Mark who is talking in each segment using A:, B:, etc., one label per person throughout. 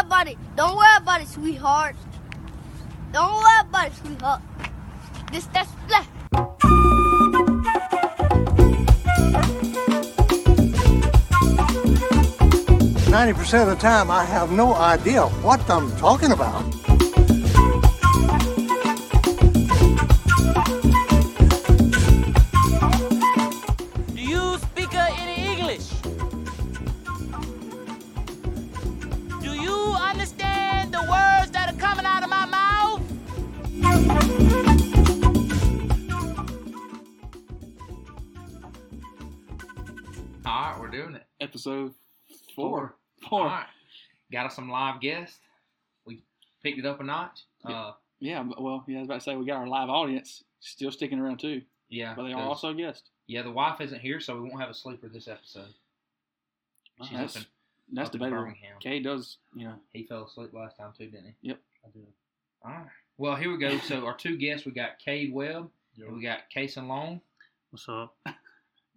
A: about it. Don't worry about it, sweetheart. Don't worry about it, sweetheart. This that's that.
B: Ninety percent of the time, I have no idea what I'm talking about.
C: Do you speak uh, any English? Do you understand the words that are coming out of my mouth?
D: All right, we're doing it.
E: Episode
D: Four.
E: four.
D: All
E: Four.
D: right. Got us some live guests. We picked it up a notch. Uh,
E: Yeah, but- well, yeah, I was about to say we got our live audience still sticking around too,
D: yeah.
E: but they are
D: 'cause-
E: also guests.
D: Yeah, the wife isn't here, so we won't have a sleeper this episode. She's
E: That's,
D: up in,
E: that's
D: up in
E: debatable.
D: Birmingham.
E: Kay does, you know,
D: He fell asleep last time too, didn't he?
E: Yep.
D: I did. All right. Well, here we go. So our two guests, we got Cade Webb and we got Case and Long.
F: What's up?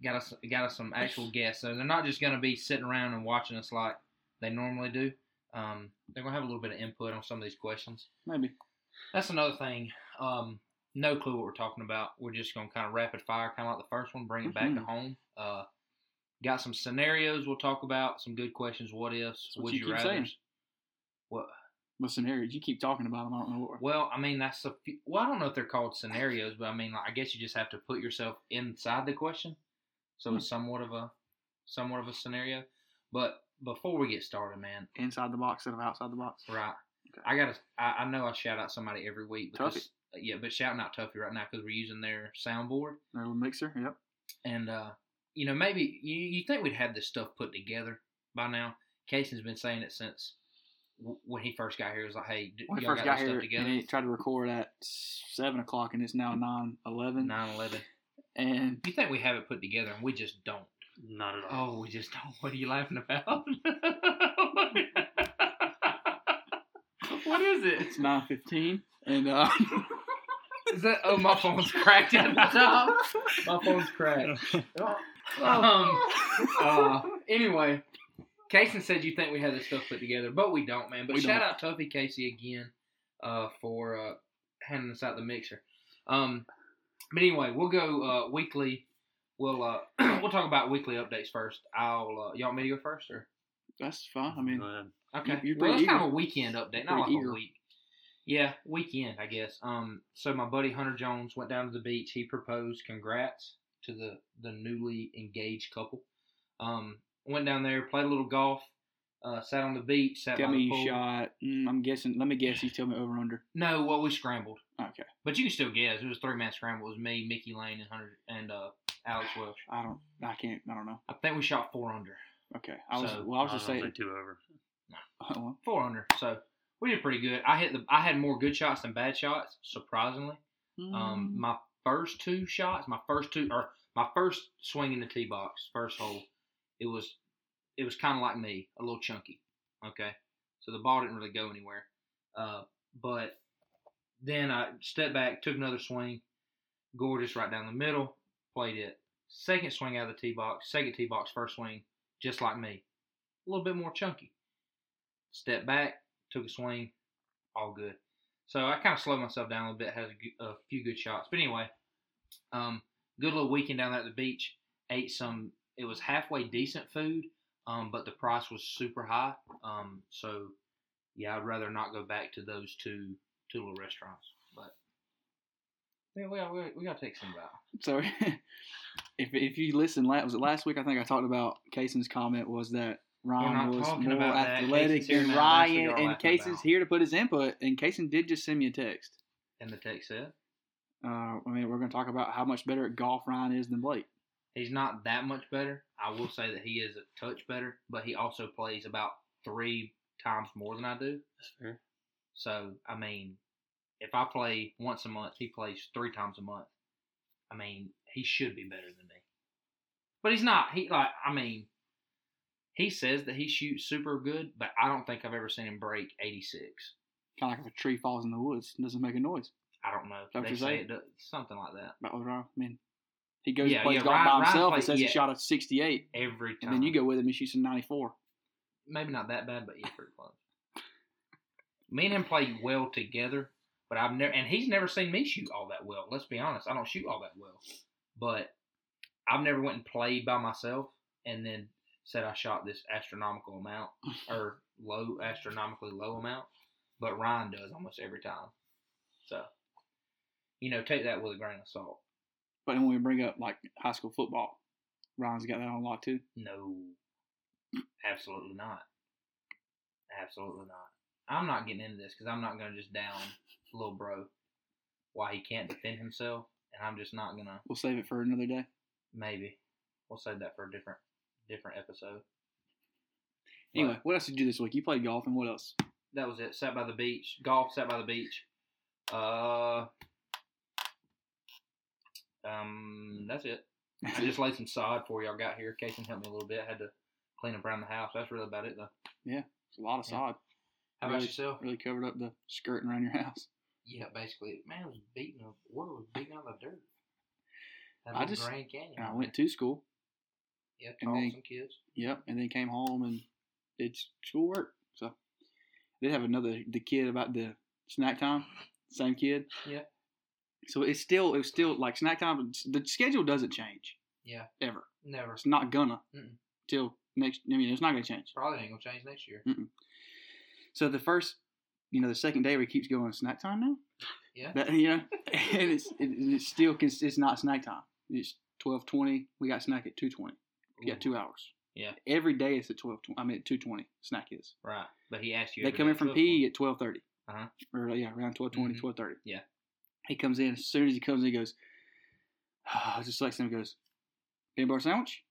D: Got us got us some actual guests. So they're not just going to be sitting around and watching us like they normally do. Um, they're going to have a little bit of input on some of these questions.
E: maybe.
D: That's another thing. Um, no clue what we're talking about. We're just going to kind of rapid fire, kind of like the first one, bring it back to
E: Mhm.
D: home. Uh, got some scenarios we'll talk about, some good questions, what ifs,
E: That's what
D: would
E: you
D: you,
E: keep
D: rather.
E: saying.
D: What?
E: With scenarios, you keep talking about them. I don't know what.
D: Well, I mean that's a few, well. I don't know if they're called scenarios, but I mean, like, I guess you just have to put yourself inside the question,
E: Hmm.
D: so it's somewhat of a somewhat of a scenario. But before we get started, man,
E: Inside the box instead of outside the box.
D: right? I gotta. I, I know I shout out somebody every week because
E: Tuffy.
D: yeah, but shouting out Tuffy right now because we're using their soundboard
E: Their little mixer. Yep.
D: and uh, you know maybe you you think we'd have this stuff put together by now. Cason's been saying it since w- when he first got here. He was like, hey, d-
E: When we
D: y'all
E: first
D: got
E: got
D: this
E: here,
D: stuff together. Mm.
E: and he tried to record at seven o'clock, and it's now nine eleven.
D: 9-11.
E: And
D: You think we have it put together, and we just don't.
F: Not at all.
D: Oh, we just don't. What are you laughing about? what is
E: it's
D: it?
E: nine fifteen, and uh,
D: Is that? Oh, my phone's cracked at the top. My phone's cracked. Um. Uh, anyway, Casey said you think we had this stuff put together, but we don't, man. But
E: We
D: shout
E: don't.
D: out Tuffy Casey again, uh, for uh handing us out the mixer. Um. But anyway, we'll go uh weekly. We'll uh we'll talk about weekly updates first. I'll uh, y'all want me to go first or?
E: that's fine. I mean,
F: Go ahead.
D: Okay.
E: You- you're
D: well,
E: pretty
D: it's kind of
E: eager.
D: a weekend update,
E: You're
D: not like
E: pretty
D: a
E: eager.
D: week. Yeah, weekend, I guess. Um, so my buddy Hunter Jones went down to the beach. He proposed. Congrats to the the newly engaged couple. Um, went down there, played a little golf, uh, sat on the beach, sat
E: tell
D: by
E: me
D: the
E: you
D: pool.
E: shot. Mm, I'm guessing. Let me guess. You tell me over under.
D: No, well, we scrambled,
E: Okay.
D: but you can still guess. It was three man scramble. It was me, Mickey Lane, and Hunter and uh, Alex Welsh.
E: I don't. I can't. I don't know.
D: I think we shot four under,
E: Okay. I was.
D: So,
E: well, I was just
F: don't
E: saying.
F: say two over.
E: well,
D: four under. So we did pretty good. I hit the I had more good shots than bad shots, surprisingly.
E: Mm-hmm. mm.
D: Um, my first two shots, my first two, or my first swing in the tee box, first hole, it was, it was kind of like me, a little chunky. Okay, so the ball didn't really go anywhere. Uh, but then I stepped back, took another swing, gorgeous right down the middle, played it. Second swing out of the tee box, second tee box, first swing, just like me, a little bit more chunky. Step back, took a swing, all good. So I kind of slowed myself down a little bit, had a, g- a few good shots. But anyway, um, good little weekend down there at the beach. Ate some, it was halfway decent food, um, but the price was super high. Um, so yeah, I'd rather not go back to those two two little restaurants. But yeah, we got we, we got to take some out.
E: so if if you listen, last was it last week? I think I talked about Cason's comment was that Ryan
D: not
E: was
D: talking
E: more
D: about that.
E: athletic
D: Cason's here
E: than
D: now. That's what
E: Ryan,
D: y'all
E: and
D: laughing
E: Cason's
D: about.
E: here to put his input. And Cason did just send me a text.
D: And the text said
E: Uh, I mean, we're going to talk about how much better at golf Ryan is than Blake.
D: he's not that much better. I will say that he is a touch better, but he also plays about three times more than I do.
F: That's fair.
D: So I mean, if I play once a month, he plays three times a month. I mean, he should be better than me, but he's not. He like I mean, he says that he shoots super good, but I don't think I've ever seen him break eighty six.
E: Kind of like if a tree falls in the woods and doesn't make a noise.
D: I don't know.
E: Don't
D: they
E: you
D: say
E: say?
D: it does, something like that
E: About what Ryan, I mean, he goes
D: Yeah,
E: and plays
D: yeah,
E: golf
D: Ryan-
E: by
D: Ryan
E: himself.
D: plays-
E: he says
D: yeah.
E: he shot a 68,
D: every time.
E: and then you go with him. He shoots a 94.
D: maybe not that bad, but he's pretty close. Me and him play well together, but I've never and he's never seen me shoot all that well. Let's be honest, I don't shoot all that well, but I've never went and played by myself and then said I shot this astronomical amount or low astronomically low amount. But Ryan does almost every time, so you know take that with a grain of salt.
E: But then when we bring up like high school football, Ryan's got that on lock too.
D: No, absolutely not. Absolutely not. I'm not getting into this because I'm not going to just down little bro why he can't defend himself, and I'm just not gonna.
E: We'll save it for another day.
D: Maybe we'll save that for a different different episode.
E: Anyway, what else did you do this week? You played golf and what else?
D: that was it. Sat by the beach, golf. Sat by the beach. Uh, um, that's it. I just laid some sod for y'all. Got here. Casey helped me a little bit. had to clean up around the house. That's really about it though.
E: It's a lot of
D: Yeah.
E: sod.
D: How about
E: Really-
D: yourself?
E: Really covered up the skirting around your house.
D: Yeah, basically, man, it was beating up. Water was beating out the dirt. That
E: I
D: little
E: just-
D: Grand Canyon.
E: And I went to school.
D: Yeah,
E: and
D: taught
E: then-
D: some kids.
E: Yep, and then came home and did schoolwork. So they have another the kid about the snack time, same kid.
D: Yeah.
E: So it's still it's still like snack time. The schedule doesn't change.
D: Yeah.
E: Ever.
D: Never.
E: It's not gonna
D: Mm-mm.
E: till next. I mean, it's not gonna change.
D: Probably ain't gonna change next year.
E: So the first, you know, the second day we keeps going snack time now.
D: Yeah.
E: That, you know, and it's it, it's still cons- it's not snack time. It's twelve twenty. We got snack at two twenty. We
D: Ooh,
E: got two hours.
D: Yeah.
E: Every day it's at twelve. I mean, at two twenty. Snack is.
D: Right, but he asked you.
E: They
D: every
E: come
D: day
E: in from
D: to
E: PE at twelve thirty.
D: Uh-huh.
E: Or yeah, around 1220,
D: Mhm.
E: 1230.
D: Yeah.
E: He comes in as soon as he comes in, he goes, just like him goes, peanut butter sandwich.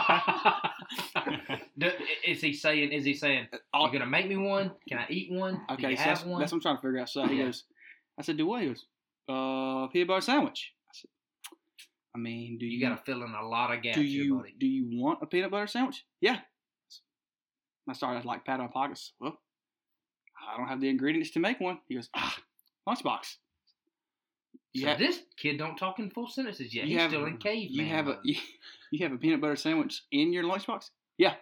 D: Do- is he saying? Is he saying?
E: Uh, All-
D: you gonna make me one? Can I eat one? Do
E: Okay,
D: you
E: so
D: have
E: that's,
D: one.
E: that's what I'm trying to figure out. So he
D: Yeah.
E: goes, I said, do what? He goes, uh, peanut butter sandwich. I said, I mean, do
D: you
E: you,
D: gotta fill in a lot of gaps,
E: do
D: here,
E: you
D: buddy.
E: do you want a peanut butter sandwich? Yeah. I started like patting my pockets. Well, I don't have the ingredients to make one. He goes, ah, lunchbox. You
D: so
E: have-
D: this kid don't talk in full sentences yet.
E: You
D: He's
E: have-
D: still in caveman.
E: You have a
D: mode.
E: you, have a peanut butter sandwich in your lunchbox? Yeah.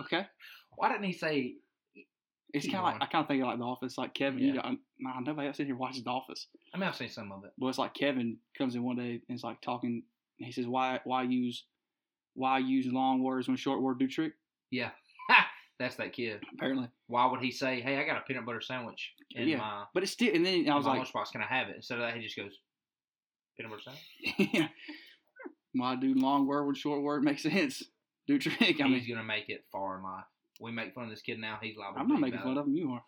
E: Okay.
D: Why didn't he say?
E: It's
D: Keep
E: kind of like
D: going.
E: I kind of think of like The Office, like Kevin. You
D: Yeah.
E: got, nah, nobody else in here watches The Office.
D: I mean, I've seen some of it.
E: But it's like Kevin comes in one day and is like talking. And he says, "Why why use why use long words when short words do trick?"
D: Yeah, that's that kid.
E: Apparently,
D: Why would he say, "Hey, I got a peanut butter sandwich in
E: Yeah.
D: my,
E: but it's still. And then I was
D: my
E: like,
D: lunchbox? Can I have it?" Instead of that, he just goes, "Peanut butter sandwich."
E: "Why do long word when short word makes sense? Do trick." I
D: he's
E: mean,
D: gonna make it far in life. We make fun of this kid now. He's liable.
E: I'm
D: to
E: not
D: be
E: making
D: about
E: fun
D: it.
E: of him. You are.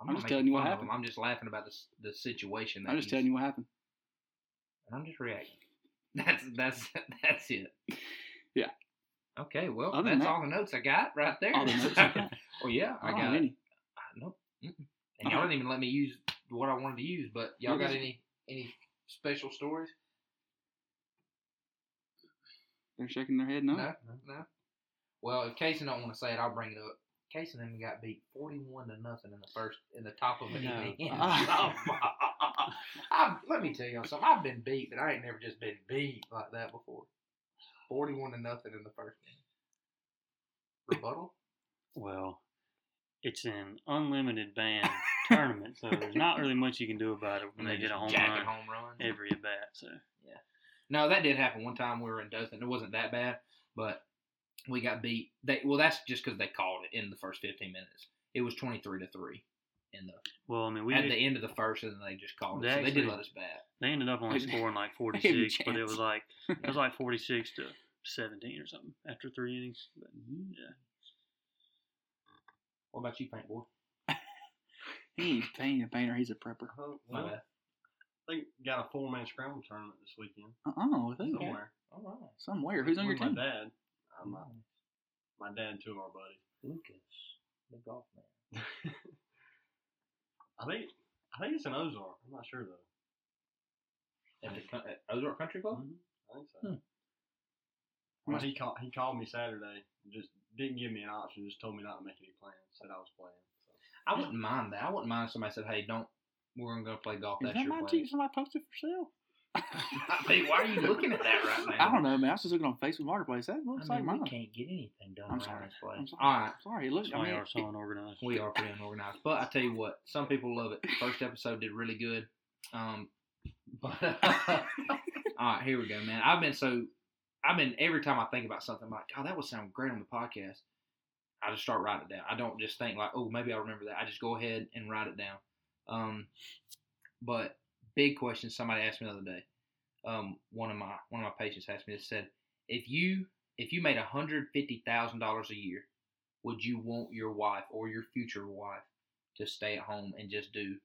E: I'm
D: not
E: just
D: making
E: telling you what
D: fun of
E: happened.
D: him. I'm just laughing about the s- the situation. That
E: I'm just
D: he's-
E: telling you what happened.
D: I'm just reacting. That's that's that's it.
E: Yeah.
D: Okay. Well,
E: Other than
D: that's
E: that-
D: all the notes I got right there.
E: All the notes I got.
D: well, yeah, I
E: don't
D: got
E: have any.
D: nope. Mm-mm. And y'all
E: Uh-huh.
D: didn't even let me use what I wanted to use. But y'all
E: What
D: got
E: is-
D: any any special stories?
E: They're shaking their head no.
D: No, no. Well, if Casey don't want to say it, I'll bring it up. Casey and them got beat forty-one to nothing in the first in the top of the
E: No.
D: inning.
E: Ah.
D: I've- let me tell y'all something. I've been beat, but I ain't never just been beat like that before. Forty-one to nothing in the first inning. Rebuttal?
F: Well, it's an unlimited band tournament, so there's not really much you can do about it when they hit a home
D: Jack
F: run
D: and home run.
F: every at bat. So
D: No, that did happen one time. We were in Dothan. It wasn't that bad, but we got beat. They well, that's just because they called it in the first fifteen minutes. It was twenty-three to three in the
F: well, I mean, we
D: at the end of the first, and they just called it.
F: They
D: So they did
F: actually-
D: let us bat.
F: they ended up only scoring like
E: I gave you a
F: 46, but it was
E: chance.
F: like it was like 46 to 17 or something after three innings. But, yeah,
D: What about you, Paint Boy?
E: He ain't painting a painter. He's a prepper.
G: Oh,
D: My
G: well,
D: bad.
G: they got a four man scramble tournament this weekend.
E: Uh oh, with who?
G: Somewhere.
D: All right.
E: Somewhere. Who's on your
G: With
E: team?
G: My dad.
D: I'm
G: Um, my dad and two of our buddies.
D: Lucas, the golf man.
G: I think I think it's an Ozark. I'm not sure though.
D: At the co- at Ozark Country Club.
G: Mm-hmm. I think so.
D: Hmm.
G: Well, he called he called me Saturday. and Just didn't give me an option. Just told me not to make any plans. Said I was playing. So.
D: I wouldn't mind that. I wouldn't mind if somebody said, "Hey, don't. We're gonna go play golf
E: Is
D: at
E: that
D: your
E: my
D: place."
E: team? Somebody posted for sale.
D: Hey, why are you looking at that right now?
E: I don't know, man. I was just looking on Facebook Marketplace. That looks
H: I mean,
E: like
H: we
E: mine.
H: can't get anything done
E: I'm
H: around
E: sorry.
H: this place.
E: I'm sorry.
D: All right.
E: I'm sorry. It looks. I
F: Why
E: mean,
F: are so
E: it-
F: unorganized?
D: We are pretty unorganized, but I tell you what, some people love it. First episode did really good. Um, but all right, here we go, man. I've been so, I've been every time I think about something, I'm like, God, that would sound great on the podcast. I just start writing it down. I don't just think like, oh, maybe I'll remember that. I just go ahead and write it down. Um, but big question somebody asked me the other day. Um, one of my one of my patients asked me this said, if you if you made hundred fifty thousand dollars a year, would you want your wife or your future wife to stay at home and just do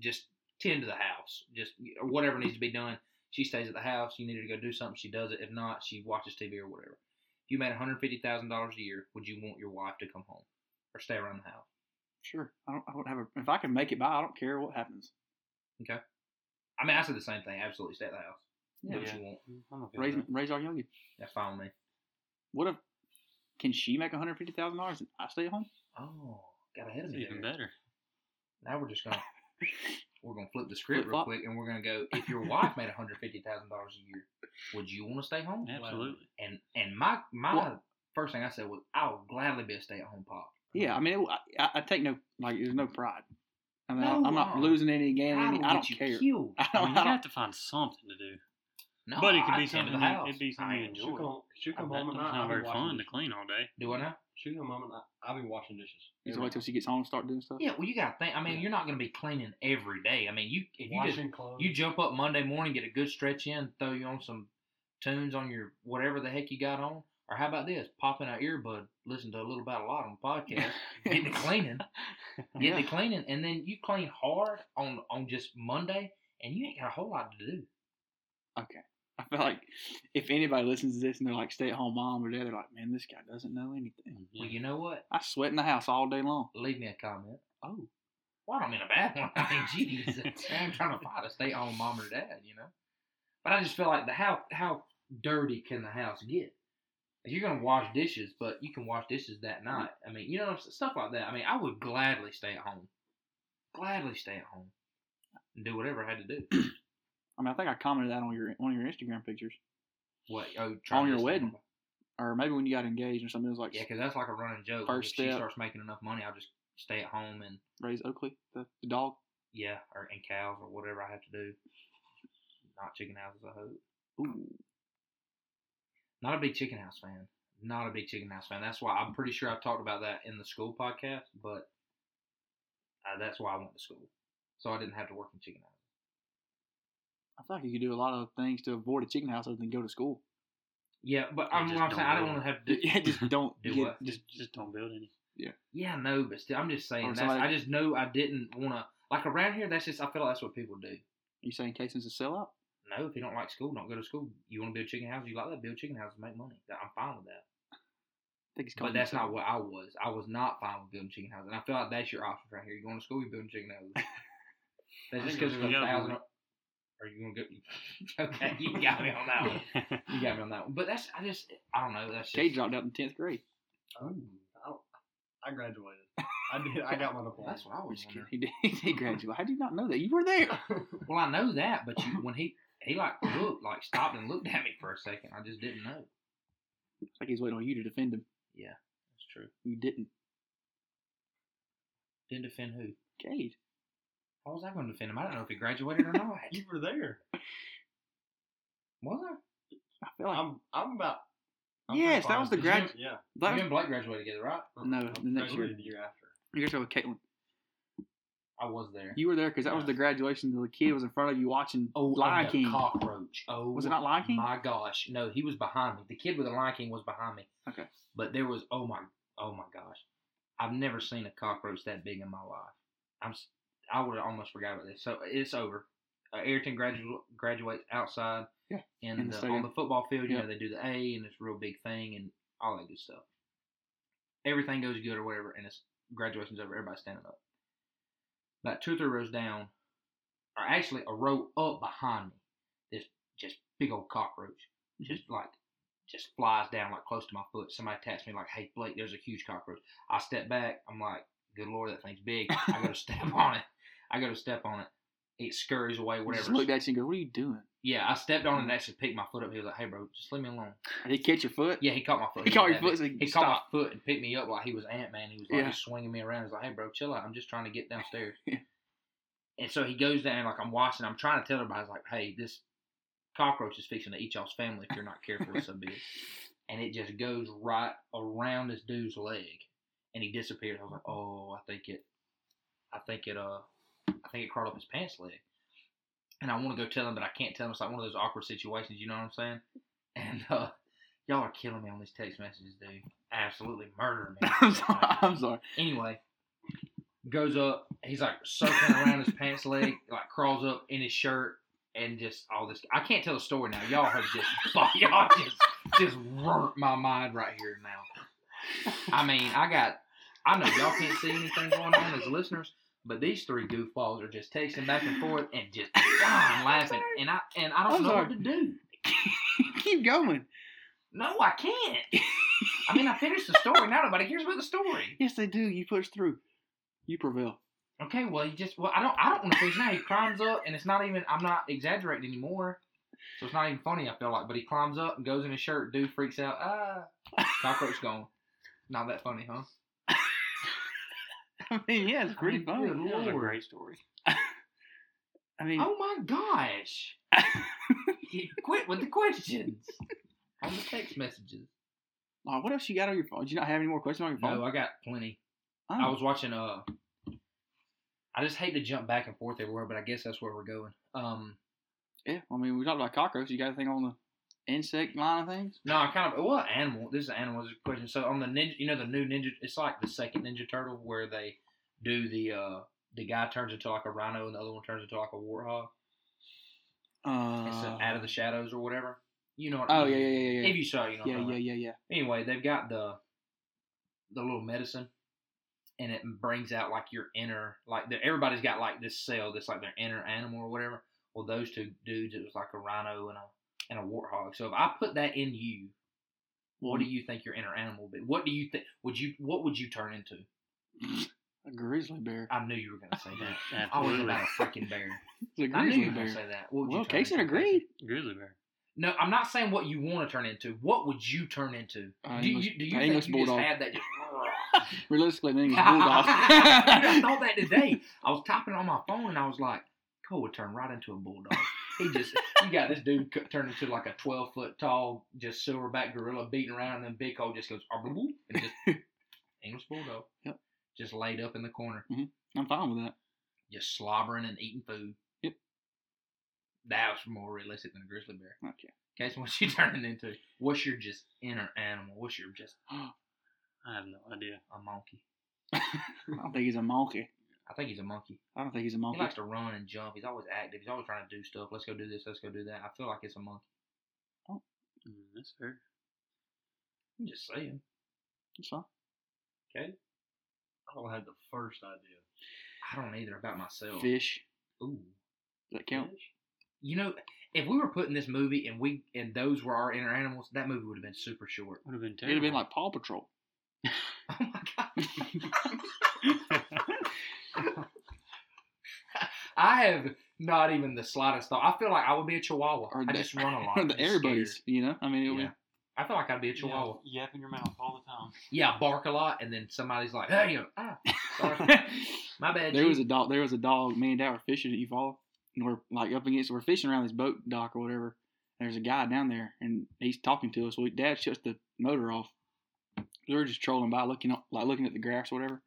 D: just tend to the house just or whatever needs to be done she stays at the house you need her to go do something she does it if not she watches tv or whatever if you made $150000 a year would you want your wife to come home or stay around the house
E: Sure. I don't, I don't have a. If I can make it by, I don't care what happens.
D: i mean i said the same thing absolutely stay at the house do what
F: Yeah.
D: you want
F: Mm, I'm okay
E: Raise,
F: with that.
E: raise our young.
D: that's fine with me
E: What if? Can she make one hundred fifty thousand dollars and I stay at home?
D: oh got ahead of
F: It's
D: me
F: even
D: there.
F: better.
D: now we're just gonna we're gonna flip the script real
E: Flip-flop.
D: quick and we're gonna go if your wife made $150000 a year would you want to stay home
F: Absolutely.
D: And and my my
E: Well-
D: first thing I said was I'll gladly be a stay at home pop.
E: Yeah. I mean, it, I, I take no like. There's no pride. I mean,
D: No,
E: I, am not
D: uh,
E: losing any gain.
D: How
E: Any,
D: do
E: I
D: we
E: don't
D: get you
E: care.
D: killed?
E: I
F: I
E: don't.
F: mean, you
E: I don't
F: have to find something to do.
D: No,
F: But it could
D: I
F: be
D: tend to
F: something.
D: the
F: you-
D: house.
F: It'd be something you enjoy.
G: She'll come, she'll come
F: that
G: home
F: don't
G: at night. I'll
F: sound
G: be
F: very
G: washing
F: fun to
G: dishes.
F: clean all day.
D: Do I know?
G: She'll come home at night. I'll be washing dishes.
E: You wait till she gets home and start doing stuff.
D: Yeah, well, you got to think. I mean, you're not going to be cleaning every day. I mean, you if you just
G: washing clothes.
D: you jump up Monday morning, get a good stretch in, throw you on some tunes on your whatever the heck you got on, or how about this? Pop in an earbud, listen to a little about a lot on the podcast, get to cleaning, get
E: Yeah.
D: to cleaning, and then you clean hard on on just Monday, and you ain't got a whole lot to do.
E: I feel like if anybody listens to this and they're like stay at home mom or dad, they're like, man, this guy doesn't know anything.
D: Well, you know what?
E: I sweat in the house all day long.
D: Leave me a comment.
E: Oh,
D: Well, I don't mean a bad one. I mean, geez, I'm trying to fight a stay at home mom or dad, you know. But I just feel like the how how dirty can the house get? If You're gonna wash dishes, but you can wash dishes that
E: Mm-hmm.
D: night. I mean, you know, stuff like that. I mean, I would gladly stay at home, gladly stay at home, and do whatever I had to do.
E: I mean, I think I commented that on your on your Instagram pictures,
D: What? Oh, try
E: On
D: to
E: your
D: stay
E: wedding.
D: home.
E: or maybe when you got engaged or something. It was like
D: Yeah, because that's like a running joke.
E: First
D: if she
E: step.
D: starts making enough money, I'll just stay at home and
E: raise Oakley, the, the dog.
D: yeah, or and cows or whatever I have to do. Not chicken houses, I hope.
E: Ooh,
D: Not a big chicken house fan. Not a big chicken house fan. That's why I'm pretty sure I've talked about that in the school podcast, but uh, that's why I went to school. So I didn't have to work in chicken house.
E: I feel like you could do a lot of things to avoid a chicken house other than go to school.
D: Yeah, but
F: You
D: I'm,
F: just
D: I'm saying I
F: don't
D: don't
F: know.
D: want to have to do.
E: Yeah, just don't
D: Do
E: get-
D: what?
E: just
F: Just, just don't build any.
D: Yeah, no, but still, I'm just saying.
E: Or
D: That's,
E: somebody-
D: I just know I didn't want to. Like around here, that's just I feel like that's what people do.
E: you saying Cason's a sellout?
D: No, if you don't like school, don't go to school. You want to build chicken houses, you like that, build chicken houses, make money. That- I'm fine with that.
E: I think it's called.
D: But that's not what I was. I was not fine with building chicken houses, and I feel like that's your option right here. You're going to school, you're building chicken houses. That's
F: I
D: just
F: think
D: because there's
F: we
D: a
F: gotta
D: thousand.
F: do
D: Are you going to go? okay, you got me on that one. You got me on that one. But that's I just I don't know. That's
E: Kay
D: just,
E: dropped out in tenth grade.
G: Oh, I, don't- I graduated. I did. I got my diploma.
D: that's what I
E: I'm
D: was
E: just kidding.
D: wondering.
E: He did, he did graduate. How do you not know that? You were there.
D: Well, I know that, but you, when he he like looked like stopped and looked at me for a second, I just didn't know.
E: It's like he's waiting on you to defend him.
D: That's true.
E: You didn't.
D: Didn't defend who?
E: Cade.
D: How was I going to defend him? I don't know if he graduated or not.
G: You were there.
D: was I?
E: I feel like
G: I'm. I'm about. I'm
E: Yes,
G: pretty
E: that
G: far
E: was the
G: in.
E: grad-
G: Yeah.
E: that
D: you
E: was,
D: and Blake graduated together, right?
E: No, the
G: I'm
E: next year.
G: graduated The year after.
E: you're talking about Caitlin.
D: I was there.
E: You were there because that was the graduation. The kid was in front of you watching
D: Oh, and
E: Lion
D: the
E: King.
D: cockroach. Oh,
E: Was it not Lion King?
D: My gosh, no, he was behind me. The kid with the Lion King was behind me.
E: Okay.
D: But there was oh my oh my gosh, I've never seen a cockroach that big in my life. I'm s- I would have almost forgot about this. So it's over. Uh, Ayrton gradu- graduates outside.
E: Yeah,
D: In,
E: in the
D: the, on
E: stadium.
D: the football field, you
E: Yeah.
D: know they do the A and it's a real big thing and all that good stuff. Everything goes good or whatever, and it's graduation's over. Everybody's standing up. About two or three rows down, or actually a row up behind me, this just big old cockroach
E: Mm-hmm.
D: just like just flies down like close to my foot. Somebody taps me like, "Hey Blake, there's a huge cockroach." I step back. I'm like, "Good lord, that thing's big." I go to step on it. I go to step on it. It scurries away.
E: He
D: Whatever.
E: Just looked at you and go, "What are you doing?"
D: Yeah, I stepped on it and
E: Mm-hmm.
D: actually picked my foot up. He was like, "Hey, bro, just leave me alone."
E: Did he catch your foot?
D: Yeah, he caught my foot.
E: He caught your
D: had
E: foot.
D: it.
E: so
D: He caught my
E: stopped.
D: foot and picked me up like he was Ant Man. He was like
E: Yeah.
D: just swinging me around. He's like, "Hey, bro, chill out. I'm just trying to get downstairs."
E: Yeah.
D: And so he goes down. Like I'm watching. I'm trying to tell everybody. I was like, "Hey, this cockroach is fixing to eat y'all's family if you're not careful. It's so big." And it just goes right around this dude's leg, and he disappears. I was like, "Oh, I think it, I think it, uh, I think it crawled up his pants leg." And I want to go tell him, but I can't tell him. It's like one of those awkward situations. You know what I'm saying? And uh, y'all are killing me on these text messages, dude. Absolutely murdering me.
E: I'm sorry. I'm sorry.
D: Anyway, goes up. He's like circling around his pants leg, like crawls up in his shirt, and just all this. I can't tell the story now. Y'all have just y'all just just worked my mind right here now. I mean, I got. I know y'all can't see anything going on as listeners, but these three goofballs are just texting back and forth and just dying laughing, and I and I don't
E: I'm
D: know
E: sorry.
D: what to do.
E: Keep going.
D: No, I can't. I mean, I finished the story. Now nobody cares about the story.
E: Yes, they do. You push through. You prevail.
D: Okay, well, you just well, I don't, I don't want to finish now. He climbs up, and it's not even. I'm not exaggerating anymore. So it's not even funny. I feel like, but he climbs up and goes in his shirt. Dude freaks out. Ah, cockroach gone. Not that funny, huh?
E: I mean, yeah, it's pretty
D: mean,
E: funny.
D: good
F: That was a
D: Lord.
F: great story.
E: I mean,
D: Oh my gosh! Quit with the questions on the text messages.
E: Laura, uh, what else you got on your phone? Do you not have any more questions on your phone?
D: No, I got plenty.
E: Oh.
D: I was watching. Uh, I just hate to jump back and forth everywhere, but I guess that's where we're going. Um,
E: Yeah, I mean, we talked about cockroaches. You got anything on the insect line of things?
D: No, I kind of well animal. This is animals question. So on the ninja, you know the new ninja, it's like the second Ninja Turtle where they do the uh the guy turns into like a rhino and the other one turns into like a warthog.
E: Uh,
D: It's an out of the shadows or whatever. You know. What I
E: Oh yeah,
D: mean.
E: yeah, yeah, yeah,
D: If you saw, it, you know.
E: yeah,
D: what
E: yeah,
D: I'm
E: yeah, yeah.
D: Anyway, they've got the the little medicine, and it brings out like your inner like the, everybody's got like this cell that's like their inner animal or whatever. Well, those two dudes, it was like a rhino and a and a warthog. So if I put that in you, what
E: Mm.
D: do you think your inner animal would be? What do you think? Would you what would you turn into?
E: A grizzly bear.
D: I knew you were gonna say that.
F: Yeah,
D: I was
F: absolutely.
D: about a freaking bear.
E: It's a
D: I knew
E: grizzly
D: you were gonna
E: bear.
D: say that. What would
E: Well,
D: you turn
E: Casey
D: into,
E: agreed.
F: Grizzly bear.
D: No, I'm not saying what you want to turn into. What would you turn into?
E: Uh,
D: do
E: English-
D: you, do you
E: uh,
D: think
E: English
D: you
E: bulldog.
D: just have that? Just,
E: Realistically, an English
D: I
E: bulldog.
D: thought that today. I was typing on my phone and I was like, Cole would turn right into a bulldog. He just, you got this dude c- turned into like a 12 foot tall, just silverback gorilla beating around, and then Big Cole just goes, "Arr-boo-boo," and just, English bulldog.
E: Yep.
D: Just laid up in the corner,
E: I'm fine with that.
D: just slobbering and eating food.
E: Yep.
D: That was more realistic than a grizzly bear.
E: Okay.
D: Case, what you turning into? What's your just inner animal? What's your just
F: I have no idea.
D: a monkey?
E: I don't think he's a monkey.
D: I think he's a monkey.
E: I don't think he's a
D: He
E: monkey.
D: likes to run and jump. He's always active. He's always trying to do stuff. Let's go do this. Let's go do that. I feel like it's a monkey.
F: Mm, that's fair.
D: I'm just saying.
E: That's fine.
G: I don't have the first idea.
D: I don't either about myself.
E: Fish.
D: Ooh.
E: Does that count?
D: You know, if we were putting this movie and we and those were our inner animals, that movie would have been super short.
F: Would have been terrible.
E: It'd have been like Paw Patrol.
D: Oh my god. I have not even the slightest thought. I feel like I would be a chihuahua.
E: Or
D: I
E: the-
D: just run a lot.
E: Or
D: I'm
E: the
D: just
E: everybody's,
D: scared.
E: you know? I mean, it
D: Yeah. I feel like I'd be a chihuahua.
F: Yapping your mouth all the time.
D: Yeah, I bark a lot, and then somebody's like, "Hey, you- ah, sorry,
E: would.
D: my bad."
E: There
D: G."
E: was a dog. There was a dog. Me and Dad were fishing at Uvalde, and we're like up against. We're fishing around this boat dock or whatever. And there's a guy down there, and he's talking to us. Well, Dad shuts the motor off. We were just trolling by, looking up, like looking at the grass or whatever.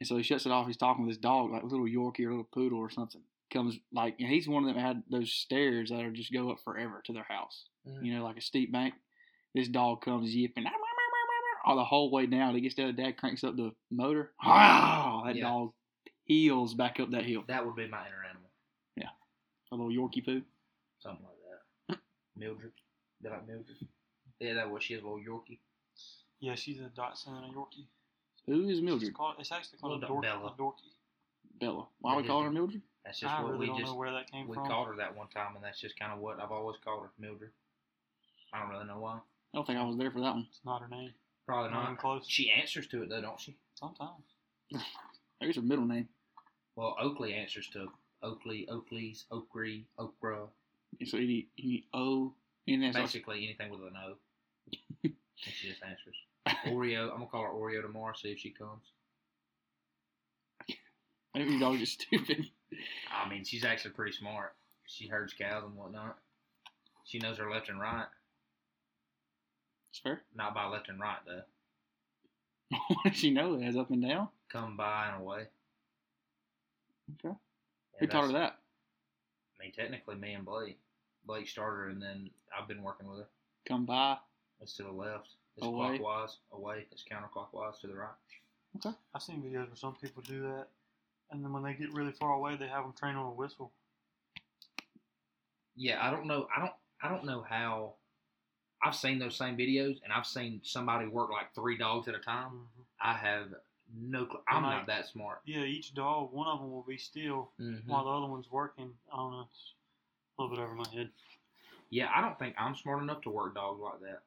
E: And so he shuts it off. He's talking with this dog, like a little Yorkie or a little poodle or something. Comes like, and he's one of them that had those stairs that are just go up forever to their house.
D: Mhm.
E: You know, like a steep bank. This dog comes yipping all the whole way down. He gets there, Dad cranks up the motor. Ah, that
D: Yeah.
E: dog heels back up that hill.
D: that would be my inner animal,
E: A little Yorkie poo.
D: something like that. Mildred, they like Mildred. Yeah, that was she is a little Yorkie.
F: Yeah, she's a Dachshund and a Yorkie.
E: Who is
F: It's,
E: Mildred?
F: called, it's actually called a,
D: Little
F: dork,
D: Bella.
F: a Dorkie.
E: Bella. Why we call her Mildred?
D: That's just
F: I
D: what
F: really
D: we
F: don't
D: just
F: know where that came
D: we
F: from.
D: called her that one time, and that's just kind of what I've always called her, Mildred. I don't really know why.
E: I don't think I was there for that one.
F: It's not her name.
D: Probably
F: Not even
D: not.
F: close.
D: She answers to it though, don't she?
F: Sometimes.
E: There's her middle name.
D: Well, Oakley answers to Oakley, Oakley's, Oakry, Okra,
E: And so any any E O and that's also-
D: Basically, anything with an O. and she just answers. Oreo. I'm gonna call her Oreo tomorrow. See if she comes.
E: I think your dog is stupid.
D: I mean, she's actually pretty smart. She herds cows and whatnot. She knows her left and right.
E: It's fair.
D: Not by left and right though.
E: What does she know? It has up and down.
D: Come by and away.
E: Okay.
D: Yeah,
E: Who taught her
D: that's-
E: that?
D: I mean, technically, me and Blake. Blake started, her, and then I've been working with her.
E: Come by.
D: It's to the left. It's
E: Away.
D: clockwise. Away. It's counterclockwise to the right.
H: I've seen videos where some people do that, and then when they get really far away, they have them train on a whistle.
D: Yeah, I don't know. I don't. I don't know how. I've seen those same videos, and I've seen somebody work like three dogs at a time.
F: Mm-hmm.
D: I have no. Cl- I'm
H: Right.
D: not that smart.
H: Yeah, each dog, one of them will be still
F: Mm-hmm.
D: Mhm.
H: while the other one's working. I don't know. It's a little bit over my head.
D: Yeah, I don't think I'm smart enough to work dogs like that.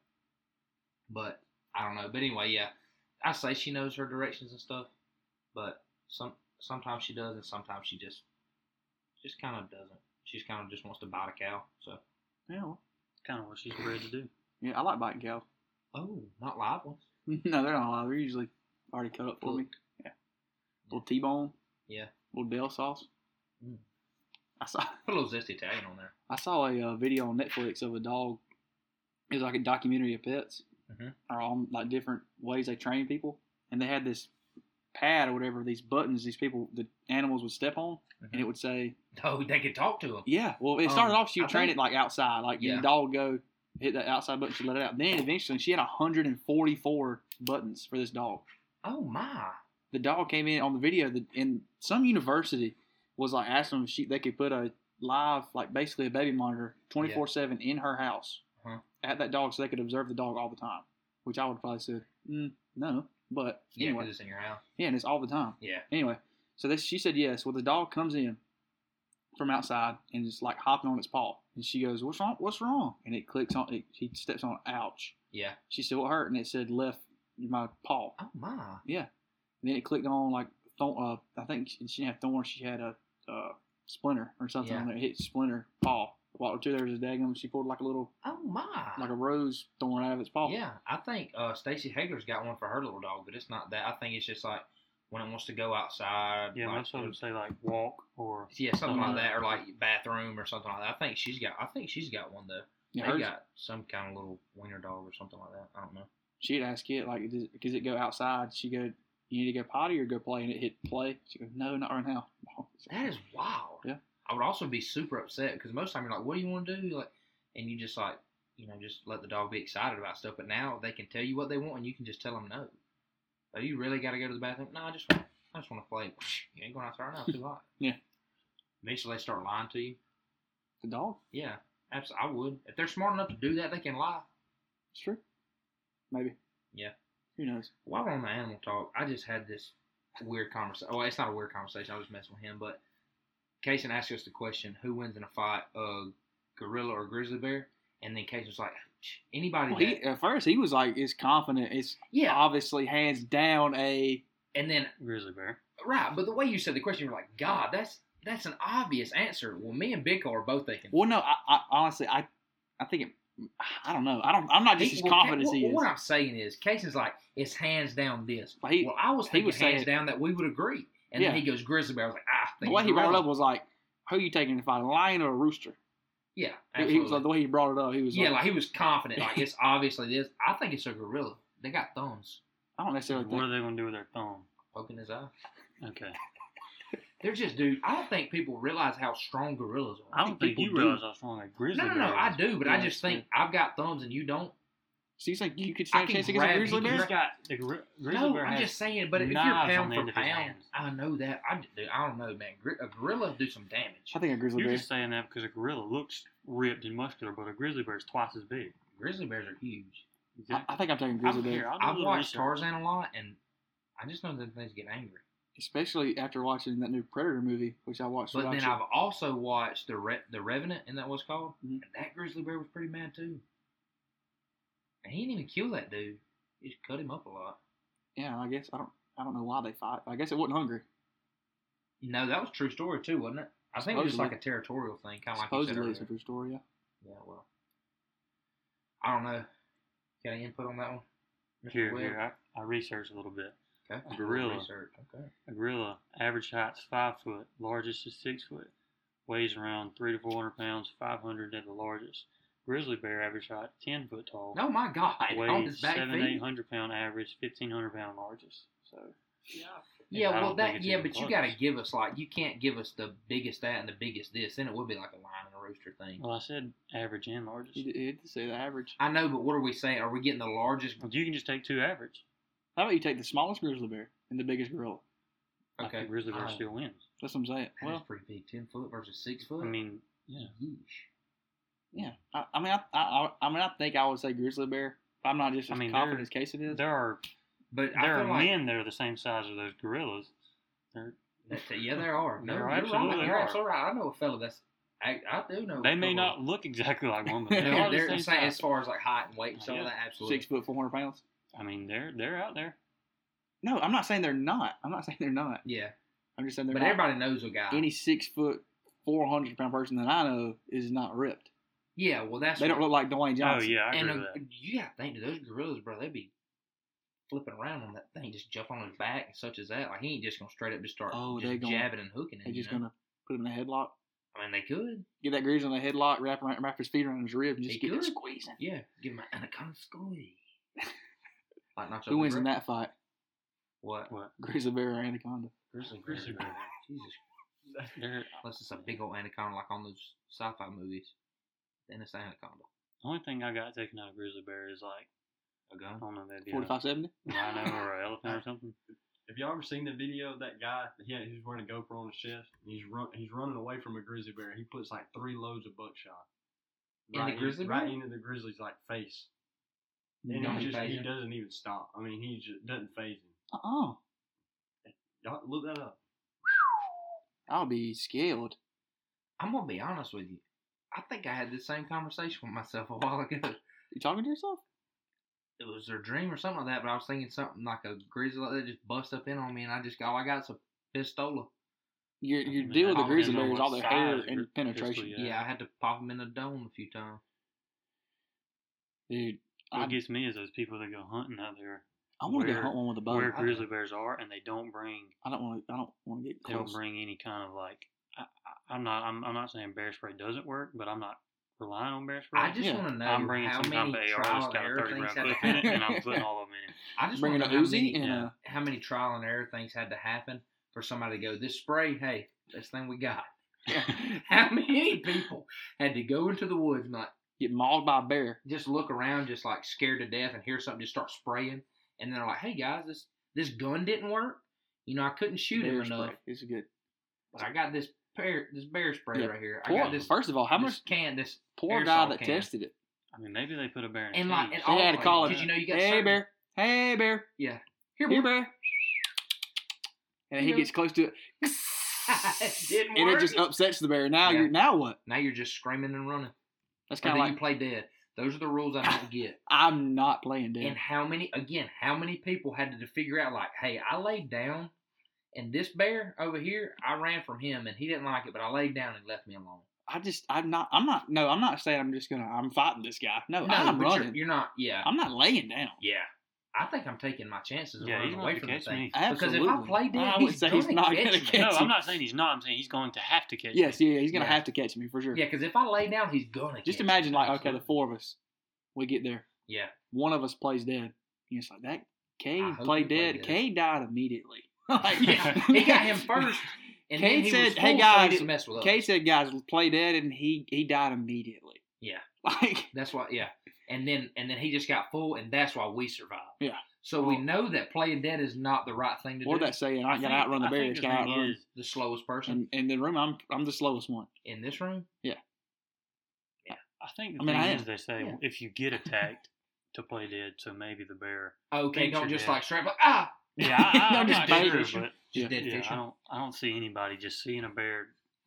D: But I don't know. But anyway, yeah, I say she knows her directions and stuff, but some sometimes she does, and sometimes she just just kind of doesn't. She's kind of just wants to bite a cow. So
E: Yeah. well,
F: Kind of what she's bred to do.
E: Yeah, I like biting cow.
D: oh, not live ones.
E: no, they're not alive. They're usually already cut up for me. Yeah. Little T-bone.
D: Yeah.
E: Little bell sauce.
D: Mm.
E: I saw.
D: Put a little zesty Italian on there.
E: I saw a uh, video on Netflix of a dog. It was like a documentary of pets,
D: Mhm.
E: or on like different ways they train people, and they had this pad or whatever these buttons these people the animals would step on, and it would say,
D: Oh, they could talk to him.
E: yeah. Well, it started
D: Mm-hmm. Um,
E: off she would
D: I
E: train
D: think-
E: it like outside, like
D: Yeah.
E: the dog would go hit that outside button, she let it out. Then eventually she had 144 buttons for this dog
D: Oh my.
E: the dog came in on the video that in some university was like asking them if she, they could put a live like basically a baby monitor 24-7 in her house
D: Uh-huh.
E: at that dog so they could observe the dog all the time which i would probably said mm, no but
D: Yeah,
E: anyway
D: put this in your house.
E: yeah and it's all the time
D: Yeah.
E: anyway so this she said yes well the dog comes in from outside and is like hopping on its paw and she goes what's wrong what's wrong and it clicks on it he steps on it. ouch
D: Yeah.
E: she said what hurt and it said left my paw
D: Oh my.
E: then it clicked on like thorn. Uh, I think she she didn't have thorn. She had a uh, splinter or something.
D: Yeah.
E: on there. It hit splinter paw. Walked up to there was a daggum. She pulled like a little
D: Oh my.
E: like a rose thorn out of its paw.
D: Yeah, I think uh, Stacy Hager's got one for her little dog, but it's not that. I think it's just like when it wants to go outside.
F: Yeah,
D: like,
F: most of them say like walk or
D: Yeah, something like
F: Uh-huh.
D: that, or like bathroom or something like that. I think she's got. I think she's got one though.
E: Yeah,
D: they
E: hers-
D: got some kind of little wiener dog or something like that. I don't know.
E: she'd ask it like, does, does it go outside? She go, you need to go potty or go play? And it hit play. She goes, no, not right now.
D: That is wild.
E: Yeah.
D: I would also be super upset because most time you're like, "What do you want to do?" You're like, and you just like, you know, just let the dog be excited about stuff. But now they can tell you what they want, and you can just tell them no. Oh, you really got to go to the bathroom? No, I just, want, I just want to play. You ain't going outside now. It's too hot.
E: Yeah.
D: Eventually, they start lying to you.
E: The dog.
D: Yeah, absolutely. I would. If they're smart enough to do that, they can lie.
E: It's true. Maybe.
D: Yeah.
E: Who knows?
D: While we're on the animal talk, I just had this weird conversation. Well, it's not a weird conversation. I was messing with him, but Kason asked us the question: Who wins in a fight, a gorilla or grizzly bear? And then Kason was like, "Anybody."
E: Well,
D: that-
E: he, at first he was like, it's confident. It's
D: yeah.
E: obviously hands down a.
D: And then
F: grizzly bear.
D: right, but the way you said the question, you were like, "God, that's that's an obvious answer." Well, me and Big are both thinking.
E: Well, no, I, I honestly, I, I think it. I don't know. I don't. I'm not just
D: He-
E: as
D: well,
E: confident as
D: Ka-
E: he
D: well,
E: is.
D: What I'm saying is, Cason's like, it's hands down this.
E: But he-
D: well, I was
E: he
D: thinking
E: was
D: hands
E: saying-
D: down that we would agree. And
E: Yeah.
D: then he goes grizzly bear. I was like, ah,
E: the
D: thank
E: way
D: you,
E: he brought it
D: gorilla.
E: up was like, "Who you taking to fight, a lion or a rooster?"
D: Yeah,
E: He-
D: absolutely.
E: He was like the way he brought it up. He was
D: yeah,
E: like,
D: like he was confident. Like it's obviously this. I think it's a gorilla. They got thumbs
E: "I don't necessarily
F: What
E: think."
F: are they gonna do with their thumb?
D: poking his eye.
F: Okay,
D: They're just dude. I don't think people realize how strong gorillas are.
F: I don't think you
E: people do.
F: realize how strong a grizzly
D: no, no,
F: bear
D: no. I
F: is.
D: do, but I
E: Yeah,
D: just
E: that's
D: think I've got thumbs and you don't.
E: So you think you could
D: I
E: stand a
D: can
E: chance against a
D: grab-
E: grizzly
D: he can
E: bear?
F: He's got the gri- grizzly
D: No,
F: bear
D: I'm
F: has
D: just saying. But if you're
F: knives on
D: pound
F: the
D: for
F: end of his
D: pound,
F: hands.
D: I know that. I, dude, I don't know, man. Gri- A gorilla do some damage.
E: I think a grizzly
F: You're
E: bear.
F: just saying that because a gorilla looks ripped and muscular, but a grizzly bear is twice as big.
D: Grizzly bears are huge.
E: I, I think I'm taking grizzly
F: I'm here,
E: bear,
F: I'll do a
D: I've
F: little
D: watched
F: research.
D: Tarzan a lot, and I just know that things get angry.
E: especially after watching that new Predator movie, which I watched.
D: But
E: without
D: then
E: you.
D: I've also watched the Re- the Revenant, and that was called.
F: Mm-hmm.
E: Mhm.
D: And that grizzly bear was pretty mad too. And he didn't even kill that dude. He just cut him up a lot.
E: yeah, I guess I don't. I don't know why they fight. I guess it wasn't hungry.
D: No, that was a true story too, wasn't it? I think it was just like
E: Supposedly.
D: a territorial thing, kind of like you said
E: Supposedly, it's a
D: earlier.
E: true story. Yeah.
D: Yeah, well, I don't know. Got any input on that one? Mr.
F: Here,
D: Webb?
F: here, I, I researched a little bit.
D: Okay.
F: A gorilla.
D: Research. Okay.
F: A gorilla, average height's five foot, largest is six foot, weighs around three to four hundred pounds, five hundred at the largest. Grizzly bear, average height, ten foot tall,
D: Oh my God! On his
F: weighs
D: back
F: seven
D: feet?
F: eight hundred pound average, fifteen hundred pound largest. So I
D: Yeah, well,
F: don't think
D: that
F: it's
D: yeah,
F: even
D: but you
F: close.
D: got to give us like you can't give us the biggest that and the biggest this. Then it would be like a lion and a rooster thing.
F: well, I said average and largest.
E: He did, he did say the average.
D: I know, but what are we saying? Are we getting the largest?
F: You can just take two average.
E: How about you take the smallest grizzly bear and the biggest gorilla?
F: I
D: Okay,
F: think grizzly bear
D: Oh,
F: still wins.
E: That's what I'm saying.
D: that is
E: Well,
D: pretty big. Ten foot versus six foot.
F: I mean, yeah.
D: Yeesh.
E: yeah. I, I mean, I, I, I- I mean, I think I would say grizzly bear. I'm not just
F: I
E: as
F: mean,
E: confident
F: they're-
E: as Casey is.
F: There are
D: But I
F: there
D: feel
F: are
D: like
F: men that are the same size as those gorillas. They're,
D: that- yeah, there are. No,
F: There
D: you're
F: absolutely
D: right. You're
F: are.
D: absolutely right. I know a fella that's. I, I do know. a
F: they may
D: couple.
F: not look exactly like one, but
D: No,
F: they are
D: they're
F: the same
D: the same
F: size.
D: as far as like height and weight and some of
F: Yeah.
D: that. Absolutely.
E: Six foot, 400 pounds.
F: I mean, they're they're out there.
E: No, I'm not saying they're not. I'm not saying they're not.
D: Yeah,
E: I'm just saying they're
D: but
E: not.
D: everybody knows a guy.
E: Any six foot, 400 pound person that I know is not ripped.
D: yeah, well, that's
E: They don't
D: what-
E: look like Dwayne
F: Oh
E: Johnson.
F: yeah, I
D: And
F: agree
D: uh
F: with that.
D: you got to think that those gorillas, bro, they be flipping around on that thing, just jump on his back and such as that. Like he ain't just gonna straight up just start
E: Oh, they
D: just
E: gonna-
D: jabbing and hooking it.
E: They're just
D: you know?
E: gonna put him in a headlock,
D: I mean, they could.
E: get that grizzly in a headlock, wrap, around, wrap his feet around his ribs, and just
D: They
E: get it
D: could.
E: squeezing.
D: Yeah, give him an anaconda squeeze. like Nacho
E: Who wins in
D: Libre.
E: that fight?
D: What?
E: Grizzly bear or anaconda?
D: Grizzly
F: Grizzly
D: bear.
F: bear.
D: Jesus,
F: They're-
D: unless it's a big old anaconda like on those sci-fi movies. Then it's an anaconda.
F: The only thing I got taken out of grizzly bear is like
D: A
F: I
D: gun.
F: don't know that'd be a
E: 45 70?
F: rhino or an elephant or something.
G: Have y'all ever seen the video of that guy? He had, he's wearing a GoPro on his chest. And he's run, he's running away from a grizzly bear. He puts like three loads of buckshot
D: In the grizzly
G: right
D: bear?
G: into the grizzly's like face,
D: You
G: and
D: don't
G: he just
D: phase
G: he
D: him?
G: doesn't even stop. I mean, he just doesn't phase him.
E: Uh uh
G: Y'all look that up.
E: I'll be scared.
D: I'm gonna be honest with you. I think I had the same conversation with myself a while ago.
E: You talking to yourself?
D: it was their dream or something like that, but I was thinking something like a grizzly that just bust up in on me, and I just got all I got is a pistola.
E: Your
F: I
E: your
F: mean,
E: deal
F: I
E: with the
F: don't
E: grizzly
F: know
E: bear is
F: what
E: all their hair
F: size your
E: and penetration.
F: pistol
D: Yeah. I had to pop them in the dome a few times.
E: Dude, I,
F: What gets me is those people that go hunting out there
E: I want to go
F: where-
E: hunt one with a
G: Um,
E: bow.
F: where
E: I-
F: grizzly bears are, and they don't bring
E: I don't want to. I don't want to get
F: they don't
E: close.
F: bring any kind of like. I, I, I'm not I'm, I'm not saying bear spray doesn't work, but I'm not relying on bear spray.
D: I just
E: Yeah.
D: want to know
F: I'm bringing
D: how
F: some type
D: many
F: of AR
D: trial
F: that's
D: and
F: got a
D: error
F: 30
D: things
F: round
D: had to
F: clip in it,
D: happen.
F: and I'm putting all of them in.
D: I just want
E: Bringing
D: to
E: a
D: know how
E: Uzi
D: many,
E: and uh,
F: yeah.
E: a
D: how many trial and error things had to happen for somebody to go this spray. Hey, this thing we got. how many people had to go into the woods and like
E: get mauled by a bear.
D: just look around, just like scared to death, and hear something just start spraying, and they're like, "Hey guys, this this gun didn't work. You know, I couldn't shoot
E: bear
D: him enough."
E: spray. It's good.
D: But I got this pair, this bear spray
E: Yeah.
D: right here. I
E: Poor,
D: got this.
E: first of all, how
D: this
E: much
D: can this
E: poor
D: aerosol
E: guy that
D: can.
E: tested it?
F: I mean, maybe they put a bear in. a
D: And like,
F: cage.
D: and
E: They
D: all
E: had to call
D: Did
E: him.
D: you know you got
E: Hey
D: certain-
E: bear, hey bear,
D: Yeah. Here,
E: hey
D: boy.
E: bear. And
D: You
E: he
D: know-
E: gets close to it,
D: It didn't
E: and it
D: work.
E: just upsets the bear. Now
D: Yeah.
E: you're now what?
D: now you're just screaming and running.
E: That's
D: And
E: kind
D: then
E: of
D: you
E: like
D: play dead. Those are the rules I don't get.
E: I'm not playing dead.
D: And how many? Again, how many people had to figure out? Like, hey, I laid down, and this bear over here, I ran from him, and he didn't like it, but I laid down and left me alone.
E: I just I'm not I'm not no I'm not saying I'm just gonna I'm fighting this guy. No,
D: No,
E: I'm
D: but
E: running.
D: You're, you're not. Yeah,
E: I'm not laying down.
D: yeah. I think I'm taking my chances of
F: yeah, he's
D: running
F: going
D: away
F: to
D: from the
F: catch
D: thing.
F: me.
E: Absolutely.
D: Because if I play dead,
E: I
D: he's
E: would say he's
D: gonna
E: not
D: catch
E: gonna
D: me.
E: catch
F: No, I'm
E: you.
F: not saying he's not. I'm saying he's going to have to catch.
E: Yes, yeah, he's gonna
D: Yeah.
E: have to catch me for sure.
D: Yeah, because if I lay down, he's gonna.
E: Just
D: catch
E: imagine
D: me.
E: like okay, the four of us, we get there.
D: Yeah,
E: One of us plays dead. And it's like that. K
D: I hope
E: played
D: he played
E: dead.
D: dead.
E: K died immediately. like,
D: yeah. He got him first, and
E: Kane
D: then he was
E: said, "Hey,
D: fooled, so he
E: guys,
D: didn't mess with us."
E: K said, "Guys, play dead," and he he died immediately.
D: Yeah.
E: Like
D: That's why, yeah. And then and then he just got full, and that's why we survived.
E: Yeah.
D: So we know that playing dead is not the right thing to
E: or
D: do.
E: that saying, "I ain't gonna outrun the bear. It's gonna outrun."
D: the slowest person
E: And in the room, I'm I'm the slowest one.
D: in this room.
F: I think the
E: I mean, I
F: thing
E: am.
F: is they say
E: Yeah.
F: if you get attacked, to play dead. So maybe the bear.
D: Okay,
F: Thanks
D: don't
F: for
D: just
F: that.
D: like straight up like ah,
F: Yeah, I, I,
E: No,
F: I'm
E: just
F: not
E: bait
F: sure,
D: fishing.
F: but
D: just
E: Yeah.
D: dead
F: yeah, I
D: fishing.
F: don't. I don't see anybody just seeing a bear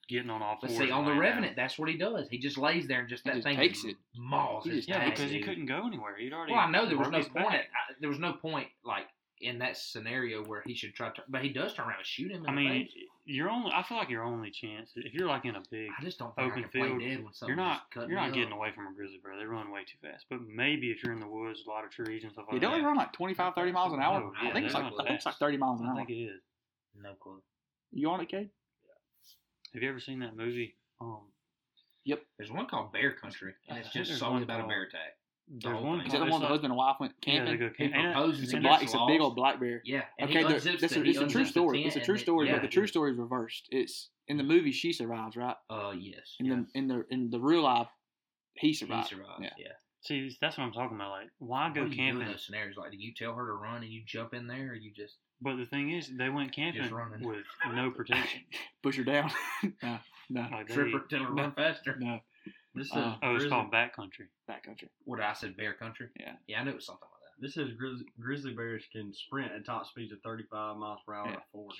F: getting on all
D: But
F: fours.
D: see, on
F: and
D: the
F: laying down.
D: revenant, that's what he does. He just lays there and just
E: He
D: that
E: just
D: thing
E: takes
D: just
E: it.
D: mauls
E: He
D: his
E: just-
F: Yeah,
D: ass,
F: because he
D: dude.
F: couldn't go anywhere. He'd already.
D: Well, I know there was
F: broke
D: no
F: his
D: point.
F: back.
D: At, I, there was no point like in that scenario where he should try to, but he does turn around and shoot him. In
F: I
D: the
F: mean,
D: face.
F: your only. I feel like your only chance if you're like in a big,
D: I just don't think
F: Open
D: I can
F: field.
D: play dead when something's
F: you're not
D: cutting
F: you're
D: me
F: not
D: up.
F: getting away from a grizzly bear. They run way too fast. But maybe if you're in the woods, a lot of trees and stuff
E: Yeah,
F: like
E: don't
F: that.
E: they run like 25, 30 miles an hour?
F: No,
E: I
F: yeah,
E: think it's
F: they're
E: like
F: not
E: I think it's like
F: fast.
E: thirty miles an
F: I
E: hour.
F: think it is.
D: No clue.
E: You on it, Cade?
F: Have you ever seen that movie? Um,
D: There's one called Bear Country, and
F: I
D: it's
F: think
D: just
F: there's
D: solely
F: one
D: about a
F: called-
D: bear attack.
F: there's
D: whole
F: one.
D: thing.
E: Is that the
F: it's
E: one the
F: like-
E: husband and wife went
F: Yeah, they
E: camping?
F: go
D: He
F: camping. And, uh,
D: proposes
E: It's a
D: and
E: black.
D: gets
E: It's a big
D: lost.
E: old black bear.
D: Yeah. and he
E: Okay, the,
D: unzips
E: that's
D: the-
E: a,
D: he
E: it's a true
D: unzips the
E: story.
D: tent
E: It's a
D: and
E: true
D: then-
E: story,
D: yeah,
E: but the
D: it
E: true
D: is.
E: story is reversed. It's in the movie she survives, right?
D: Uh, yes.
E: In
D: yeah.
E: the in the in the real life, he survives.
D: He survives.
E: Yeah.
D: Yeah.
F: See, that's what I'm talking about. Like, why
D: What do
F: go
D: you do in
F: camping?
D: those scenarios? Like, do you tell her to run and you jump in there, or you just
F: But the thing is, they went camping
D: running.
F: with no protection.
E: Push her down. no, no,
F: Like, they,
D: trip her, tell her to run faster?
E: no.
G: This is
E: Uh,
F: oh, it's
G: grizzly-
F: called backcountry.
E: Backcountry.
D: What did I say? Bear Country.
E: Yeah.
D: Yeah, I knew it was something like that.
G: This is grizz, grizzly bears can sprint at top speeds of 35 miles per hour
E: Yeah.
G: to 40